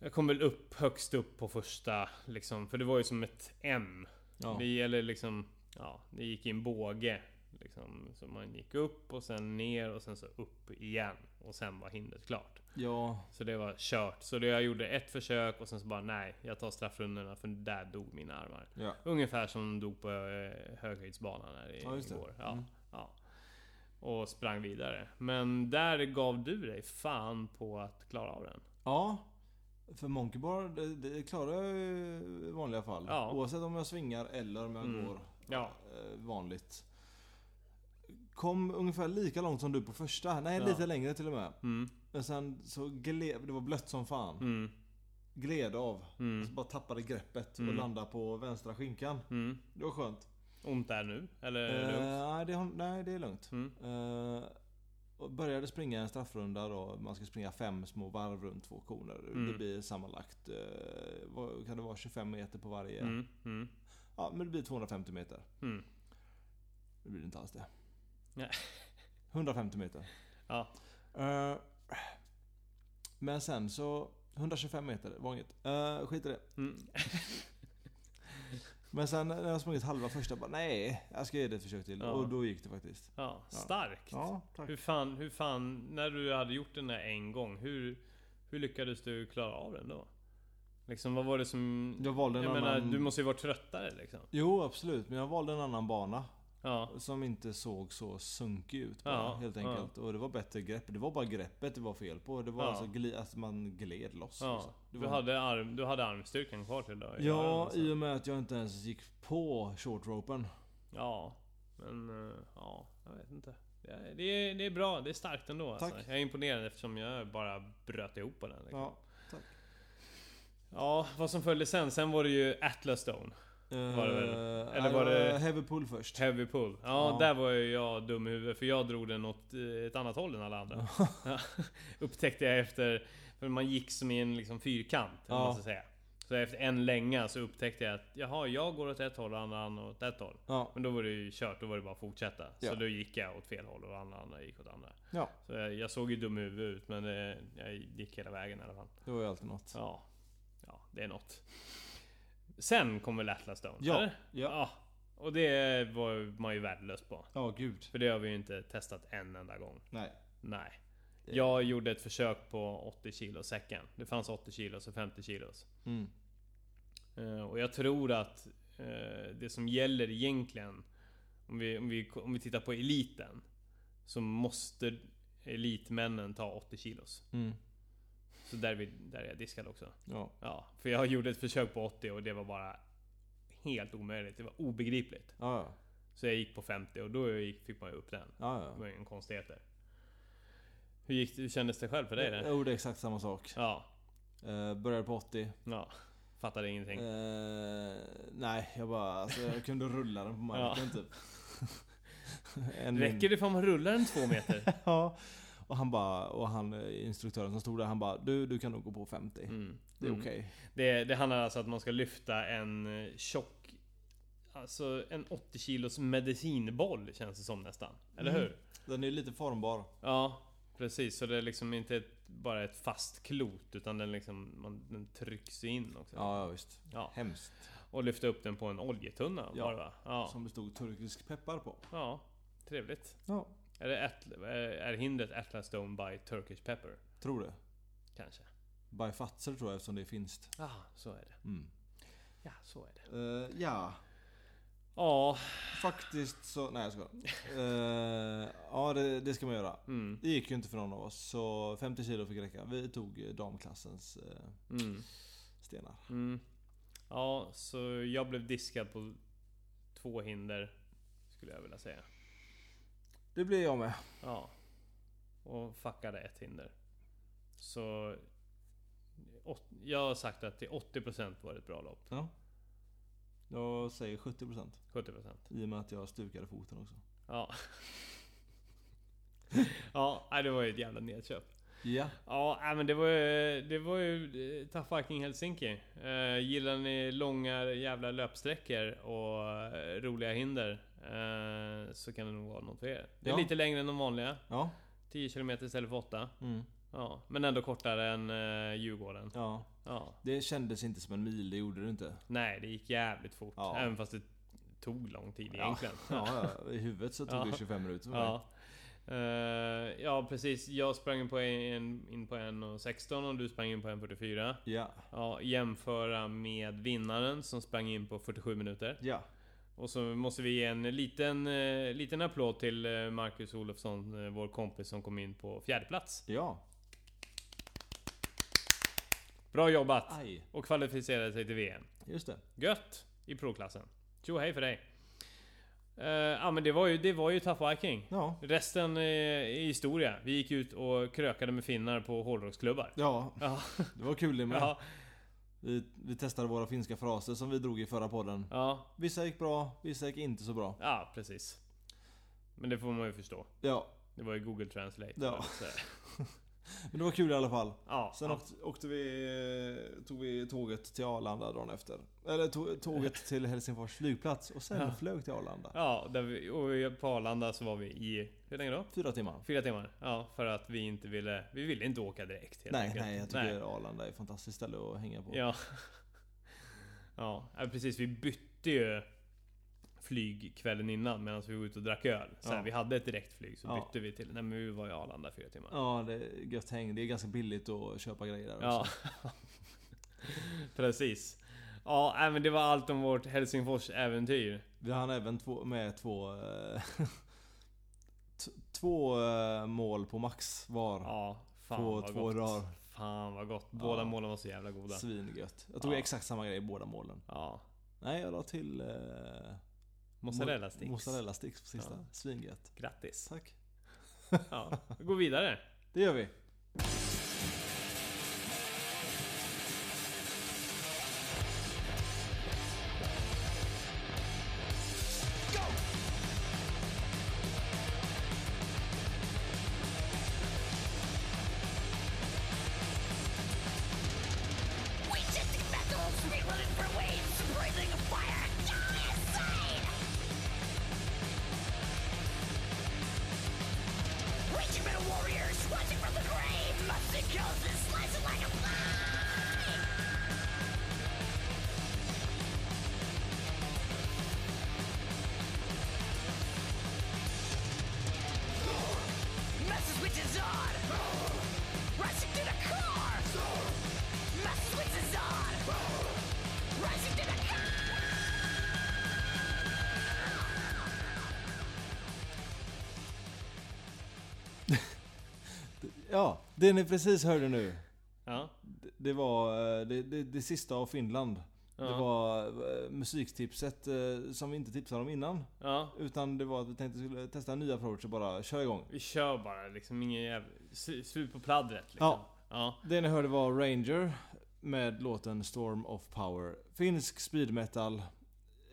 A: Jag kom väl upp högst upp på första liksom. För det var ju som ett M.
B: Ja.
A: Det, eller liksom, ja, det gick i en båge. Liksom, så man gick upp och sen ner och sen så upp igen. Och sen var hindret klart.
B: Ja.
A: Så det var kört. Så det, jag gjorde ett försök och sen så bara nej, jag tar straffrundorna för där dog mina armar.
B: Ja.
A: Ungefär som de dog på eh, höghöjdsbanan här i,
B: Ja, just det.
A: igår. Ja,
B: Mm.
A: ja. Och sprang vidare. Men där gav du dig fan på att klara av den.
B: Ja. För Monkeybar, det, det klarar jag ju i vanliga fall.
A: Ja.
B: Oavsett om jag svingar eller om jag
A: Mm.
B: går
A: Ja.
B: eh, vanligt. Kom ungefär lika långt som du på första. Nej,
A: Ja.
B: lite längre till och med.
A: Mm,
B: Men sen så gled, det var blött som fan.
A: mm,
B: Gled av.
A: mm,
B: Så bara tappade greppet
A: Mm.
B: och landade på vänstra skinkan.
A: mm.
B: Det var skönt.
A: Ont där nu? Eller är det
B: Eh,
A: lugnt?
B: nej, det, har- nej, det är lugnt.
A: Mm,
B: Eh, och började springa en straffrunda då. Man ska springa fem små varv runt två koner.
A: Mm.
B: Det blir sammanlagt, eh, vad, kan det vara 25 meter på varje?
A: mm, mm,
B: Ja, men det blir 250 meter.
A: mm.
B: Det blir inte alls det.
A: Nej.
B: 150 meter.
A: Ja.
B: Eh, men sen så, 125 meter var inget. Eh, skit i det.
A: Mm.
B: Men sen när jag sprungit halva första, bara nej, jag ska ge det ett försök till.
A: Ja.
B: Och då gick det faktiskt.
A: Ja,
B: Ja.
A: starkt.
B: Ja, tack.
A: Hur fan, hur fan, när du hade gjort den där en gång, hur, hur lyckades du klara av den då? Liksom vad var det som...
B: Jag valde en
A: Jag
B: annan...
A: menar, du måste ju vara tröttare liksom.
B: Jo, absolut. Men jag valde en annan bana.
A: Ja.
B: Som inte såg så sunkig ut bara,
A: Ja,
B: helt
A: ja.
B: enkelt. Och det var bättre grepp. Det var bara greppet det var fel på. Det var
A: Ja.
B: alltså gli, att man gled loss.
A: ja.
B: liksom.
A: Du,
B: Det var-
A: hade arm, du hade armstyrkan kvar till idag?
B: Ja, i och med att jag inte ens gick på short ropen.
A: Ja. Men, eh, ja. Jag vet inte. Det är, det är, det är bra. Det är starkt ändå alltså.
B: Tack.
A: Jag är imponerad eftersom jag bara bröt ihop på den. Liksom. Ja.
B: Ja, tack.
A: vad som följde sen. Sen var det ju Atlas Stone. Var det väl?
B: Eh,
A: Eller var
B: ja,
A: det-
B: Heavy pull först.
A: Heavy pull. Ja,
B: Ja.
A: där var ju jag dum i huvudet för jag drog den åt eh, ett annat håll än alla andra. Upptäckte jag efter... För man gick som i en liksom, fyrkant, eller vad man
B: Ja.
A: ska säga. Så Så efter en länga så upptäckte jag att jaha, jag går åt ett håll och andra andra åt ett håll.
B: Ja.
A: Men då var det ju kört, då var det bara att fortsätta.
B: Ja.
A: Så då gick jag åt fel håll och andra, andra gick åt andra.
B: ja,
A: Så jag, jag såg ju dum i huvudet ut men eh, jag gick hela vägen i alla fall.
B: det var ju alltid något.
A: Ja, ja det är något. Sen kommer väl Atlas Stone?
B: Ja,
A: eller?
B: ja.
A: Och det var ju- man ju värdelös på.
B: Ja, gud.
A: För det har vi ju inte testat en enda gång.
B: Nej.
A: Nej.
B: Det-
A: Jag gjorde ett försök på 80 kilo säcken. Det fanns 80 kilos och 50 kilos.
B: Mm.
A: Eh, Och jag tror att eh, det som gäller egentligen, om vi, om vi, om vi tittar på eliten, så måste elitmännen ta 80 kilos.
B: Mm.
A: Så där, är vi, där är jag diskad också.
B: Ja.
A: Ja, för jag gjorde ett försök på 80 och det var bara helt omöjligt. Det var obegripligt.
B: Ja, ja.
A: Så jag gick på 50 och då gick, fick man ju upp den. Det
B: ja, ja.
A: var ju inga konstigheter. Hur, gick, hur kändes det själv för dig? Där?
B: Jo, det är exakt samma sak.
A: Ja,
B: Eh, började på 80.
A: ja. Fattade ingenting.
B: Eh, nej, jag bara... Alltså, jag kunde rulla den på marken typ. En min-
A: Räcker det för om man rullar en två meter?
B: Ja. Och han bara... Och han, eh, instruktören som stod där, han bara Du, du kan nog gå på 50.
A: Mm.
B: Det är
A: Mm.
B: okej.
A: Det, det handlar alltså om att man ska lyfta en eh, tjock... Alltså en 80 kilos medicinboll känns det som nästan. Eller
B: Mm.
A: hur?
B: Den är lite formbar.
A: Ja, precis. Så det är liksom inte ett, bara ett fast klot utan den liksom... Man, den trycks in också.
B: Ja, ja visst.
A: Ja.
B: Hemskt.
A: Och lyfta upp den på en oljetunna
B: Ja.
A: bara va? Ja.
B: Som det stod turkisk peppar på.
A: ja. Trevligt.
B: Ja.
A: Är, det ett, är- är hindret Atlas Stone by Turkish Pepper?
B: Tror det.
A: Kanske.
B: Bajfatser tror jag eftersom det är finskt.
A: Ja, Ah, så är det.
B: Mm.
A: Ja, så är det.
B: Eh, ja.
A: Ja.
B: Faktiskt så... Nej jag skojar. Eh, ja det, det ska man göra.
A: Mm.
B: Det gick ju inte för någon av oss så 50 kilo fick räcka. Vi tog eh, damklassens eh,
A: Mm.
B: stenar.
A: Mm. Ja, så jag blev diskad på två hinder. Skulle jag vilja säga.
B: Det blir jag med.
A: Ja. Och fuckade ett hinder. Så... åt- Jag har sagt att till 80% var det ett bra lopp.
B: Ja. Jag säger 70%
A: 70%.
B: i och med att jag stukade foten också.
A: Ja. ja, nej, det var ju ett jävla nedköp.
B: Ja.
A: Ja, nej, men det var ju... Det var ju eh, Tough Viking Helsinki. Eh, gillar ni långa jävla löpsträckor och eh, roliga hinder eh, så kan det nog vara något för er. Det är
B: Ja.
A: lite längre än de vanliga.
B: Ja.
A: 10 km istället för 8.
B: Mm.
A: Ja, men ändå kortare än eh, Djurgården.
B: Ja.
A: Ja.
B: Det kändes inte som en mil, det gjorde det inte.
A: Nej, det gick jävligt fort.
B: Ja.
A: Även fast det tog lång tid
B: Ja.
A: egentligen.
B: Ja, ja. I huvudet så tog
A: Ja.
B: det 25 minuter för mig.
A: Ja. Eh, ja precis, jag sprang på en, in på 1.16 och du sprang in på 1.44.
B: Ja.
A: Ja, jämföra med vinnaren som sprang in på 47 minuter.
B: Ja.
A: Och så måste vi ge en liten, eh, liten applåd till eh, Marcus Olofsson, eh, vår kompis som kom in på fjärde plats.
B: Ja.
A: Bra jobbat!
B: Aj.
A: Och kvalificerade sig till VM.
B: Just det.
A: Gött! I provklassen. Tjo hej för dig! Eh, ja men det var ju, det var ju Tough Viking.
B: Ja.
A: Resten eh, är historia. Vi gick ut och krökade med finnar på hårdrocksklubbar.
B: Ja,
A: Ja,
B: det var kul det med.
A: ja,
B: Vi, vi testade våra finska fraser som vi drog i förra podden.
A: ja,
B: Vissa gick bra, vissa gick inte så bra.
A: ja, precis. Men det får man ju förstå.
B: Ja,
A: Det var ju Google Translate.
B: Ja.
A: Så, eh,
B: men det var kul i alla fall.
A: ja,
B: Sen
A: ja.
B: åkte, åkte vi, eh, tog vi tåget till Arlanda dagen efter. Eller tå- tåget till Helsingfors flygplats och sen
A: Ja.
B: flög till Arlanda.
A: Ja, där vi, och på Arlanda så var vi i... Hur länge då?
B: Fyra timmar.
A: Fyra timmar. Ja, för att vi inte ville... Vi ville inte åka direkt helt
B: Nej,
A: enkelt.
B: nej, jag tycker Arlanda är ett fantastiskt ställe att hänga på.
A: Ja. ja. Ja, precis. Vi bytte ju flyg kvällen innan medan vi var ute och drack öl. Så här,
B: Ja.
A: vi hade ett direktflyg så
B: Ja.
A: bytte vi till... Nej men vi var i Arlanda fyra timmar.
B: Ja, det är gött häng. Det är ganska billigt att köpa grejer där
A: Ja.
B: också.
A: precis. Ja, nej, men det var allt om vårt Helsingfors-äventyr.
B: Vi hann även två, med två... eh, t- två eh, mål på max var.
A: Ja, fan
B: på
A: vad
B: två
A: gott.
B: dagar.
A: Fan vad gott. Båda
B: Ja.
A: målen var så jävla goda.
B: Svingött. Jag tog
A: Ja.
B: exakt samma grej i båda målen.
A: Ja.
B: Nej, jag la till... Eh,
A: Mozzarella sticks.
B: Mozzarella sticks på sista. Svingött.
A: Grattis.
B: Tack.
A: Ja, vi går vidare.
B: Det gör vi.
C: We just get back on some Demon warriors watching from the grave. Musicles and slicing like a fly. Master switch is on. Rising to the core. Master switch is on. Rising to the core.
B: Ja, det ni precis hörde nu.
A: Ja.
B: Det, det var eh, det, det, det sista av Finland. Det
A: Ja.
B: var eh, musiktipset eh, som vi inte tipsade om innan.
A: Ja.
B: Utan det var att vi tänkte skulle testa en ny approach och bara köra igång.
A: Vi kör bara liksom, ingen jävla... s- Slut på pladdret liksom.
B: Ja.
A: Ja.
B: Det ni hörde var Ranger med låten Storm of Power. Finsk speed metal.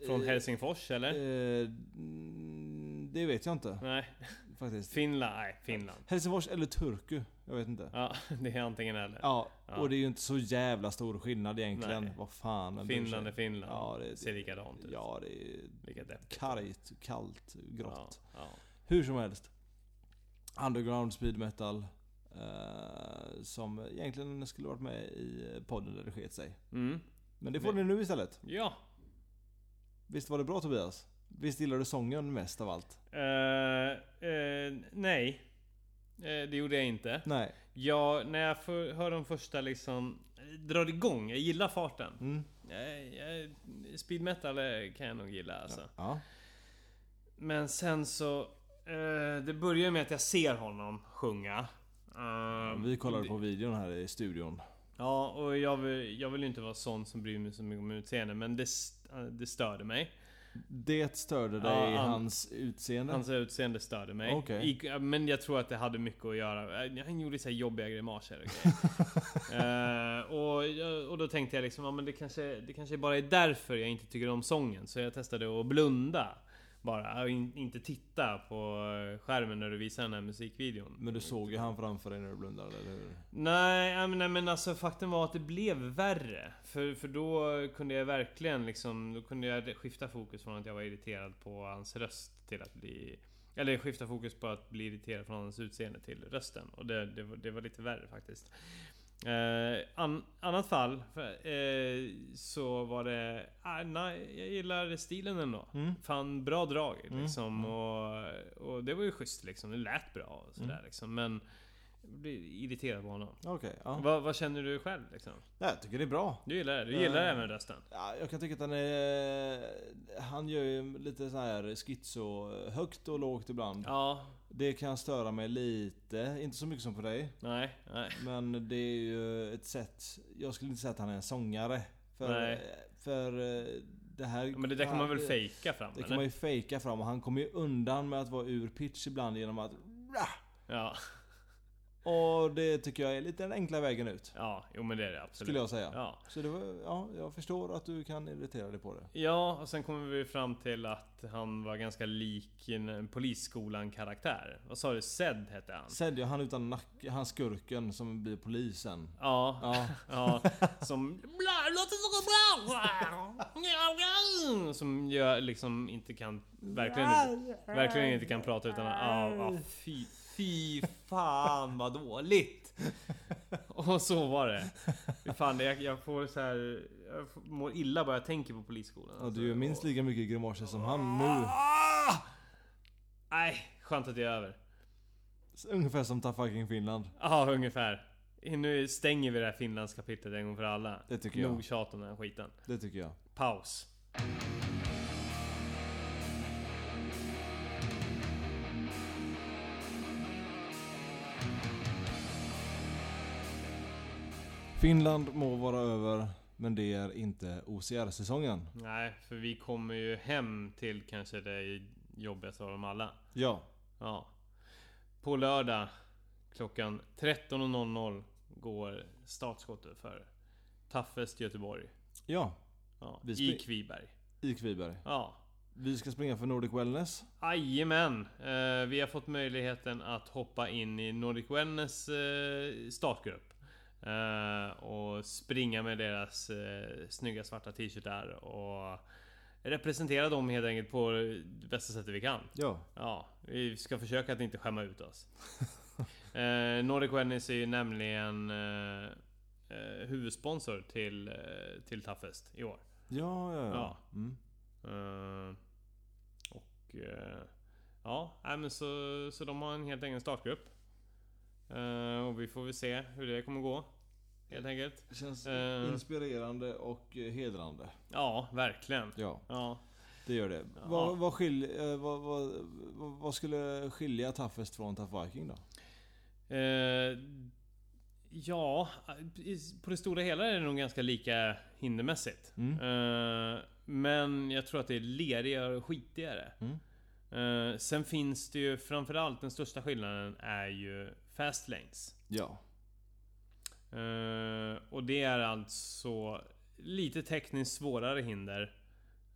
A: Från
B: Eh,
A: Helsingfors eller?
B: Eh, mm, det vet jag inte
A: Nej.
B: faktiskt.
A: Finland? Nej, Finland.
B: Helsingfors eller Turku? Jag vet inte.
A: Ja, det är antingen eller.
B: Ja,
A: Ja.
B: och det är ju inte så jävla stor skillnad egentligen.
A: Nej.
B: Vad fan. vem bryr sig?
A: Finland är Finland.
B: Ja, det-
A: Ser likadant ut.
B: Ja, det är
A: Lika deppigt.
B: kargt, kallt,
A: Ja,
B: grått.
A: ja.
B: Hur som helst. Underground speed metal. Eh, som egentligen skulle varit med i podden där det sket sig.
A: Mm.
B: Men det får
A: Nej.
B: ni nu istället.
A: Ja.
B: Visst var det bra Tobias? Visst gillar du sången mest av allt?
A: Eh, eh, nej. Eh, det gjorde jag inte.
B: Nej.
A: Jag, när jag för, hör de första liksom... eh, Drar igång. Jag gillar farten.
B: Mm.
A: Jag, jag, speed metal eh, kan jag nog gilla alltså.
B: Ja.
A: Men sen så... Eh, det börjar med att jag ser honom sjunga. Ehm,
B: Vi kollade
A: det-
B: på videon här i studion.
A: Ja, och jag vill, jag vill ju inte vara sån som bryr mig så mycket om utseende, men det, st- det störde mig.
B: Det störde dig
A: Ja,
B: i
A: han-
B: hans utseende?
A: Hans utseende störde mig.
B: Okej.
A: I, men jag tror att det hade mycket att göra. Eh, Han gjorde så här jobbiga grimaser och grejer. Eh, och, jag- och då tänkte jag liksom, ja, men det kanske, det kanske bara är därför jag inte tycker om sången. Så jag testade att blunda. Bara, och in, inte titta på eh, skärmen när du visar den här musikvideon.
B: Men du såg ju han framför dig när du blundade, eller hur?
A: Nej, ja, men- nej, men alltså faktum var att det blev värre. För, för då kunde jag verkligen liksom, då kunde jag skifta fokus från att jag var irriterad på hans röst till att bli... Eller skifta fokus på att bli irriterad från hans utseende till rösten. Och det, det, var, det var lite värre faktiskt. Eh, an, annat fall för, eh, så var det... ah, nej, jag gillar stilen ändå. Fan, bra drag
B: Mm,
A: liksom. Och, och det var ju schysst liksom. Det lät bra och
B: Mm.
A: sådär liksom. Men jag blir irriterad på honom.
B: Okej, ja.
A: Vad, vad känner du själv liksom?
B: ja. Jag tycker det är bra.
A: Du gillar det? Du
B: Eh.
A: gillar även rösten?
B: Ja, jag kan tycka att han är... Han gör ju lite så här schizo, högt och lågt ibland.
A: Ja.
B: Det kan störa mig lite, inte så mycket som på dig.
A: Nej. Nej.
B: Men det är ju ett sätt... Jag skulle inte säga att han är en sångare. För,
A: Nej.
B: för eh, det här...
A: Ja, Men det där kan man väl
B: det-
A: fejka fram?
B: Det
A: eller?
B: kan man ju fejka fram och han kommer ju undan med att vara ur pitch ibland genom att...
A: Ja.
B: Och det tycker jag är lite den enkla vägen ut.
A: Ja, jo men det är det absolut.
B: Skulle jag säga.
A: Ja.
B: Så det var, ja, jag förstår att du kan irritera dig på det.
A: Ja, och sen kommer vi fram till att han var ganska lik en- en Polisskolan-karaktär. Vad sa du? Zed hette han?
B: Sed ju han utan nack, han skurken som blir polisen.
A: Ja.
B: Ja.
A: Ja, som... Bla, låter så bra! Som gör liksom inte kan... Verkligen inte, verkligen inte kan prata utan att... Ah, ah, fy, fy fan vad dåligt! Och så var det. Fy Fan, jag, jag får så här... Jag får- mår illa bara jag tänker på polisskolan.
B: Ja, du gör minst lika mycket grimaser som han nu.
A: Ah! Nej, skönt att det är över.
B: Ungefär som Ta fucking Finland.
A: Ja, ungefär. Nu stänger vi det här Finlandskapitlet en gång för alla.
B: Det tycker jag.
A: Nog tjat om den här skiten.
B: Det tycker jag.
A: Paus.
B: Finland må vara över, men det är inte OCR-säsongen.
A: Nej, för vi kommer ju hem till kanske det jobbigaste av dem alla.
B: Ja,
A: Ja. På lördag klockan 13.00 går startskottet för Taffest Göteborg.
B: ja.
A: Ja,
B: Vi
A: I
B: spe-
A: Kviberg.
B: I Kviberg.
A: Ja.
B: Vi ska springa för Nordic Wellness.
A: Jajamän! Eh, vi har fått möjligheten att hoppa in i Nordic Wellness eh, startgrupp. Eh, och springa med deras eh, snygga svarta t-shirtar och representera dem helt enkelt på det bästa sättet vi kan.
B: Ja.
A: Ja, vi ska försöka att inte skämma ut oss. Eh, Nordic Wellness är ju nämligen eh, eh, huvudsponsor till, eh, till Toughest i år.
B: Ja, ja, ja.
A: Ja.
B: Mm.
A: Eh, och eh, ja, nej, men så, så de har en helt egen startgrupp. Eh, och vi får väl se hur det kommer gå. Helt enkelt.
B: Känns
A: Eh.
B: inspirerande och eh, hedrande.
A: Ja, verkligen.
B: Ja,
A: Ja.
B: det gör det.
A: Ja.
B: Vad, vad, skil, eh, vad, vad, vad, vad skulle skilja Toughest från Tough Viking då?
A: Eh, ja, i- på det stora hela är det nog ganska lika hindermässigt.
B: Mm.
A: Eh, men jag tror att det är lerigare och skitigare.
B: Mm.
A: Eh, sen finns det ju framförallt den största skillnaden är ju fast lanes.
B: Ja.
A: Eh, och det är alltså lite tekniskt svårare hinder.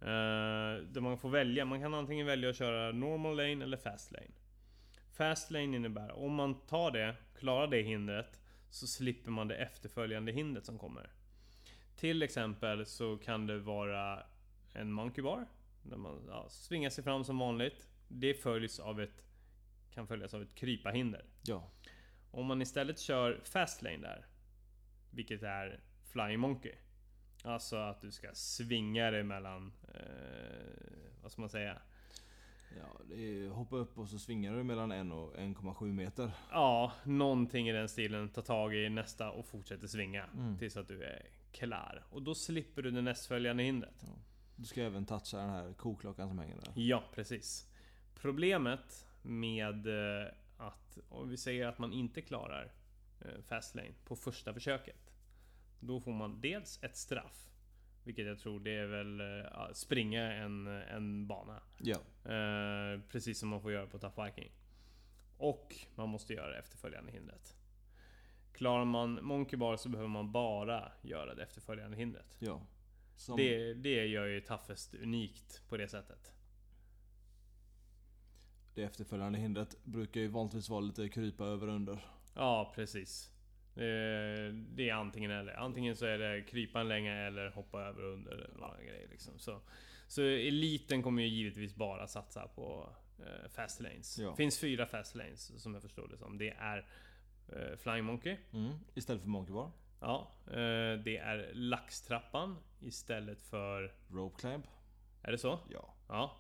A: eh, där man får välja. Man kan antingen välja att köra normal lane eller fast lane. Fast lane innebär om man tar det, klarar det hindret, så slipper man det efterföljande hindret som kommer. Till exempel så kan det vara en monkey bar. Där man ja, svingar sig fram som vanligt. Det följs av ett, kan följas av ett krypahinder.
B: Ja.
A: Om man istället kör fastlane där, vilket är Flying Monkey. Alltså att du ska svinga dig mellan, eh, vad ska man säga?
B: ja det är, hoppa upp och så svingar du mellan 1 och 1,7 meter.
A: Ja, någonting i den stilen. Ta tag i nästa och fortsätter svinga tills att du är klar. Och då slipper du det nästföljande hindret.
B: Du ska även toucha den här koklockan som hänger där.
A: Ja, precis. Problemet med eh, att om vi säger att man inte klarar eh, Fastlane på första försöket. Då får man dels ett straff. Vilket jag tror det är väl eh, ja, springa en, en bana.
B: Ja.
A: Eh, precis som man får göra på Tough Viking. Och man måste göra det efterföljande hindret. Klarar man Monkey Bar så behöver man bara göra det efterföljande hindret.
B: Ja. Som,
A: Det, det gör ju Toughest unikt på det sättet.
B: Det efterföljande hindret brukar ju vanligtvis vara lite krypa över och under.
A: Ja, precis. Eh, Det är antingen eller. Antingen så är det krypa en länge eller hoppa över och under eller några grejer liksom. Så, så eliten kommer ju givetvis bara satsa på eh, fast lanes.
B: Ja.
A: finns fyra fast lanes som jag förstår det som. Det är eh, Flying Monkey.
B: Mm. Istället för monkey bar.
A: Ja, eh, det är laxtrappan istället för...
B: Rope clamp.
A: Är det så?
B: Ja.
A: Ja.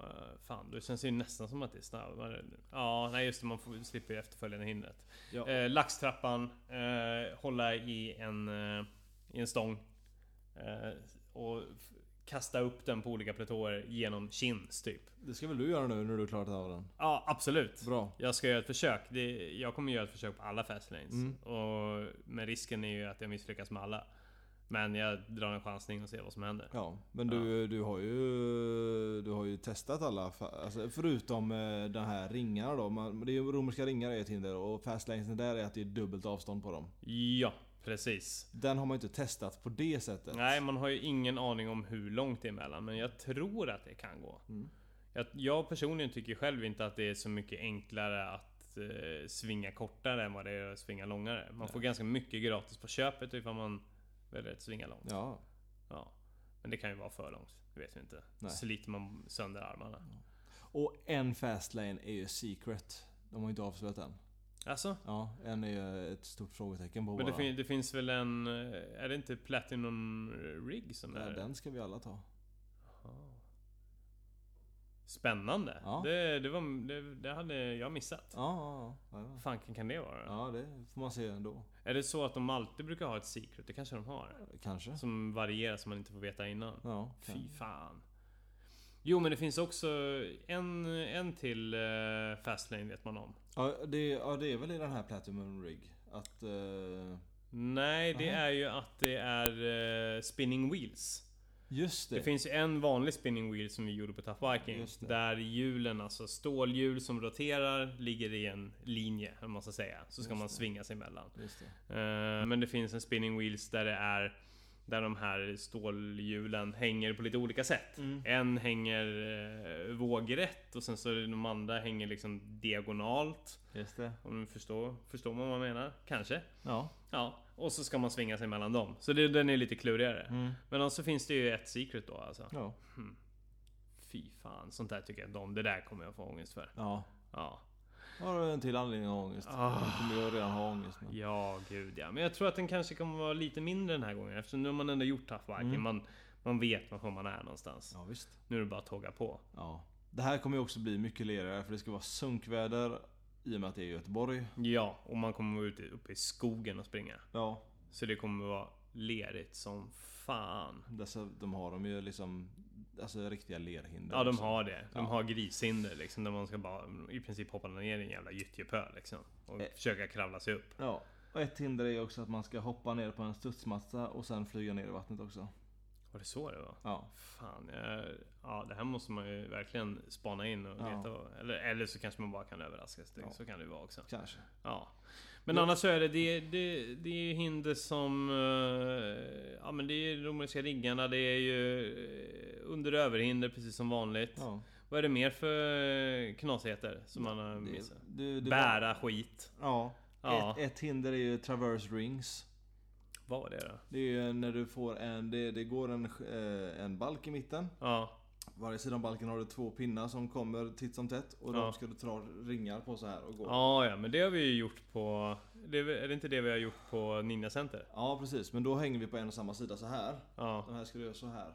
A: Uh, fan, det känns ju nästan som att det är snabbare. nu. Ja, nej just det. Man får, slipper ju efterföljande hindret.
B: Ja.
A: Eh, laxtrappan, eh, hålla i en, eh, i en stång. Eh, och f- kasta upp den på olika platåer genom chins typ.
B: Det ska väl du göra nu när du klarat av den?
A: Ja, absolut.
B: Bra.
A: Jag ska göra ett försök. Det, jag kommer göra ett försök på alla fast lanes.
B: Mm.
A: Och, men risken är ju att jag misslyckas med alla. Men jag drar en chansning och ser vad som händer.
B: Ja, men du, du har ju Du har ju testat alla fa- alltså förutom eh, de här ringarna då. Man, det är ju romerska ringar är ett hinder och fastlanesen där är att det är dubbelt avstånd på dem.
A: Ja, precis.
B: Den har man ju inte testat på det sättet.
A: Nej, man har ju ingen aning om hur långt det är emellan, men jag tror att det kan gå.
B: Mm.
A: Jag, jag personligen tycker själv inte att det är så mycket enklare att eh, svinga kortare än vad det är att svinga långare. Man får ganska mycket gratis på köpet ifall man väljer att svinga långt.
B: Ja,
A: Ja. Men det kan ju vara för långt, det vet vi inte.
B: Nej. Mm.
A: Sliter man sönder armarna.
B: och en fastlane är ju secret. De har ju inte avslöjat den.
A: Alltså?
B: Ja, en är ju ett stort frågetecken på
A: Men det,
B: våra...
A: fin- det finns väl en... eh, Är det inte Platinum Rig som
B: Ja,
A: är...
B: den ska vi alla ta.
A: Spännande!
B: Ja.
A: Det, det, var, det, det hade jag missat.
B: Ja, ja, ja, ja.
A: Vad fanken kan det vara?
B: Ja, det får man se ändå.
A: Är det så att de alltid brukar ha ett secret? Det kanske de har?
B: Kanske.
A: Som varierar som man inte får veta innan.
B: Ja,
A: Fy fan. Jo men det finns också en, en till eh, Fastlane vet man om.
B: ja, det, ja, det är väl i den här Platinum Rig. Att... eh,
A: Nej det
B: Aha.
A: är ju att det är eh, spinning wheels.
B: Just det.
A: Det finns ju en vanlig spinning wheel som vi gjorde på Tough Viking.
B: Just det.
A: Där hjulen, alltså stålhjul som roterar, ligger i en linje. Om man ska säga. Så ska
B: Just
A: man
B: det.
A: svinga sig emellan.
B: Just det.
A: Eh, Men det finns en spinning wheels där det är där de här stålhjulen hänger på lite olika sätt. En hänger eh, vågrätt och sen så är det de andra hänger liksom diagonalt.
B: Just det.
A: Om du förstår, förstår man vad jag menar? Kanske?
B: Ja.
A: Ja. Och så ska man svinga sig mellan dem. Så det, den är lite klurigare.
B: Mm.
A: Men så finns det ju ett secret då alltså.
B: Ja.
A: Fy fan, sånt där tycker jag inte om. Det där kommer jag få ångest för.
B: Ja.
A: Ja.
B: har du en till anledning att ha ångest.
A: Ah.
B: Nu kommer jag redan ha ångest nu.
A: Ja, gud ja. Men jag tror att den kanske kommer vara lite mindre den här gången eftersom nu har man ändå gjort Tough Viking. Man, man vet var man är någonstans.
B: Mm. Ja, visst.
A: Nu är det bara att tåga på.
B: Ja. Det här kommer ju också bli mycket lerigare för det ska vara sunkväder i och med att det är Göteborg.
A: Ja, och man kommer vara ute uppe i skogen och springa.
B: Ja.
A: Så det kommer vara lerigt som fan.
B: Dessa, de har de ju liksom alltså, riktiga lerhinder.
A: Ja, de
B: också.
A: har det. De
B: Ja.
A: har grishinder liksom. Där man ska bara i princip hoppa ner i en jävla gyttjepöl liksom. Och
B: Eh.
A: försöka kravla sig upp.
B: Ja. Och ett hinder är ju också att man ska hoppa ner på en studsmatta och sen flyga ner i vattnet också.
A: Var det så det var?
B: Ja.
A: Fan, jag, ja det här måste man ju verkligen spana in och
B: Ja.
A: veta. vad- Eller, eller så kanske man bara kan överraskas. Det,
B: Ja.
A: Så kan det ju vara också.
B: Kanske.
A: Ja. Men
B: Ja.
A: annars så är det, det, det, det är ju hinder som... eh, Ja men det är romerska riggarna, det är ju eh, under och överhinder precis som vanligt.
B: Ja.
A: Vad är det mer för eh, knasigheter som man har
B: Det,
A: missat?
B: det, det
A: Bära skit.
B: Ja.
A: Ja.
B: Ett, ett hinder är ju traverse rings.
A: Vad var det då?
B: Det är ju när du får en, det, det går en, eh, en balk i mitten.
A: Ja.
B: Varje sida om balken har du två pinnar som kommer titt som tätt. Och
A: Ja.
B: de ska du dra ringar på så här och gå.
A: Ja, ja, men det har vi ju gjort på... Det är, väl- är det inte det vi har gjort på Ninja Center?
B: Ja precis, men då hänger vi på en och samma sida så här.
A: Ja.
B: Den här ska du göra så här.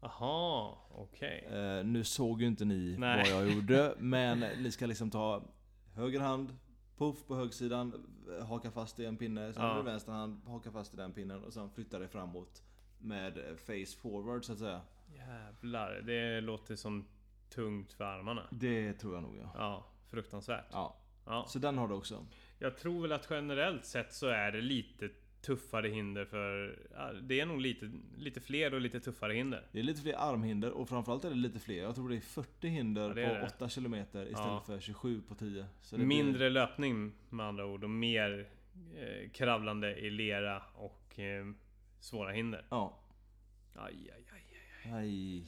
A: Aha, okej.
B: Eh, nu såg ju inte ni
A: Nej.
B: vad jag gjorde, men ni ska liksom ta höger hand, puff på högsidan, eh, haka fast i en pinne. Sen
A: Ja.
B: har du vänster hand, haka fast i den pinnen och sen flytta dig framåt med eh, face forward så att säga.
A: Jävlar, det låter som tungt för armarna.
B: Det tror jag nog ja.
A: Ja, fruktansvärt.
B: ja.
A: Ja.
B: Så den har du också.
A: Jag tror väl att generellt sett så är det lite tuffare hinder för... ja, Det är nog lite, lite fler och lite tuffare hinder.
B: Det är lite fler armhinder och framförallt är det lite fler. Jag tror det är 40 hinder
A: Ja, det är
B: på
A: det.
B: 8 km istället
A: Ja.
B: för 27 på 10. Så det blir-
A: Mindre löpning med andra ord och mer eh, kravlande i lera och eh, svåra hinder.
B: Ja.
A: Aj, aj, aj.
B: Aj.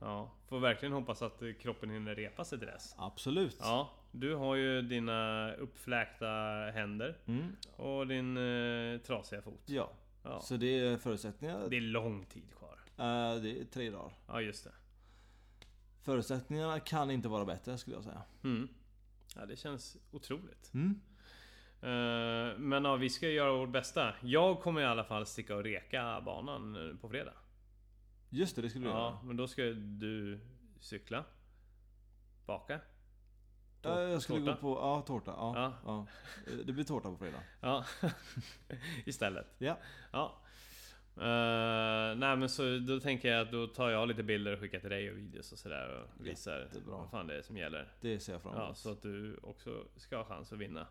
A: Ja, får verkligen hoppas att eh, kroppen hinner repa sig till dess.
B: Absolut.
A: Ja, du har ju dina uppfläkta händer
B: Mm.
A: och din eh, trasiga fot.
B: Ja.
A: Ja.
B: Så det är förutsättningar.
A: Det
B: Det...
A: är lång tid kvar.
B: det är tre dagar.
A: Ja, just det.
B: Förutsättningarna kan inte vara bättre skulle jag säga.
A: Mm. Ja, det känns otroligt.
B: Mm.
A: Eh, men ja, vi ska göra vårt bästa. Jag kommer i alla fall sticka och reka banan eh, på fredag.
B: Just det, det skulle du
A: Ja, men då ska du cykla. Baka.
B: göra.
A: tår-
B: Eh, Jag skulle
A: tårta.
B: gå på... Ja, tårta. Ja,
A: Ja.
B: ja. Eh, Det blir tårta på fredag.
A: Ja, istället.
B: Ja.
A: Ja. Eh, nej men så då tänker jag att då tar jag lite bilder och skickar till dig och videos och sådär och visar
B: Jättebra.
A: vad fan det är som gäller.
B: Det ser jag fram emot.
A: Ja, så att du också ska ha chans att vinna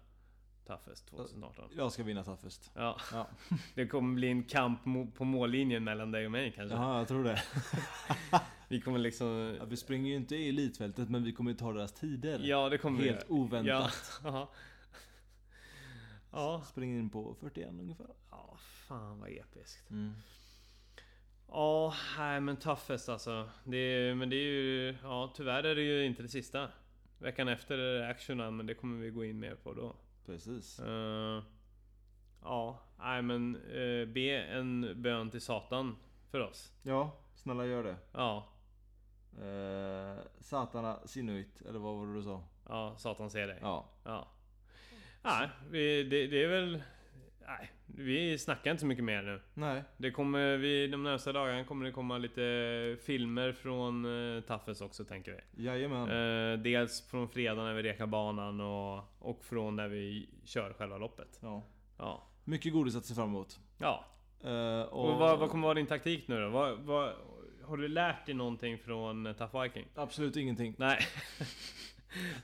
A: Toughest 2018.
B: Jag ska vinna Toughest.
A: Ja,
B: Ja.
A: det kommer bli en kamp mo- på mållinjen mellan dig och mig kanske.
B: Jaha, jag tror det.
A: Vi kommer liksom...
B: Ja, vi springer ju inte i elitfältet men vi kommer ju ta deras tider.
A: Ja, det kommer vi
B: Helt
A: göra.
B: oväntat.
A: Ja. ja.
B: Springer in på 41 ungefär.
A: Ja, fan vad episkt.
B: Mm.
A: Ja, nej men Toughest alltså. Det är, men det är ju... Ja, tyvärr är det ju inte det sista. Veckan efter är det actionen, men det kommer vi gå in mer på då.
B: Precis.
A: Eh, ja, nej men eh, be en bön till Satan för oss.
B: Ja, snälla gör det.
A: Ja,
B: Eh, satana sinuit, eller vad var det du sa?
A: ja Satan ser dig.
B: Ja.
A: Ja. Nej, vi, det, det är väl... Nej, vi snackar inte så mycket mer nu.
B: Nej.
A: Det kommer, vi, de närmaste dagarna kommer det komma lite filmer från uh, Taffes också tänker vi.
B: Jajamän.
A: Eh, dels från fredag när vi rekar banan och, och från när vi kör själva loppet.
B: Ja.
A: Ja.
B: Mycket godis att se fram emot.
A: ja.
B: Eh,
A: Och, vad, vad kommer vara din taktik nu då? Vad, vad, har du lärt dig någonting från eh, Tough Viking?
B: Absolut ingenting.
A: Nej.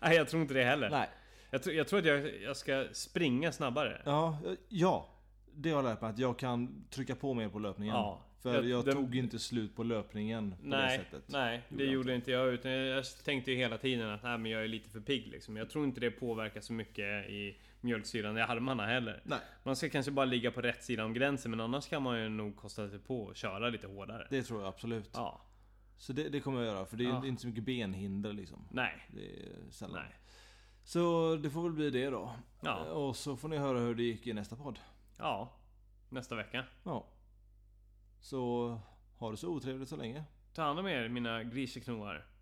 A: Nej, jag tror inte det heller.
B: Nej.
A: Jag, tror- jag tror att jag, jag ska springa snabbare.
B: Ja, eh, ja. Det har jag lärt mig att jag kan trycka på mer på löpningen.
A: Ja.
B: För
A: Jag-
B: jag,
A: den-
B: tog inte slut på löpningen på det
A: Nej,
B: sättet.
A: nej, det
B: Gjorde jag
A: gjorde inte jag. Utan jag tänkte ju hela tiden att nej, men jag är lite för pigg liksom. Jag tror inte det påverkar så mycket i mjölksyran i armarna heller.
B: Nej,
A: Man ska kanske bara ligga på rätt sida om gränsen, men annars kan man ju nog kosta sig på att köra lite hårdare.
B: det tror jag absolut.
A: Ja,
B: Så det, det kommer jag göra, för det är
A: Ja.
B: inte så mycket benhinder liksom.
A: nej,
B: Det är sällan.
A: nej.
B: Så det får väl bli det då.
A: Ja.
B: Eh, Och så får ni höra hur det gick i nästa podd.
A: Ja, nästa vecka.
B: Ja. Så ha det så otrevligt så länge.
A: Ta hand om er mina griseknoar.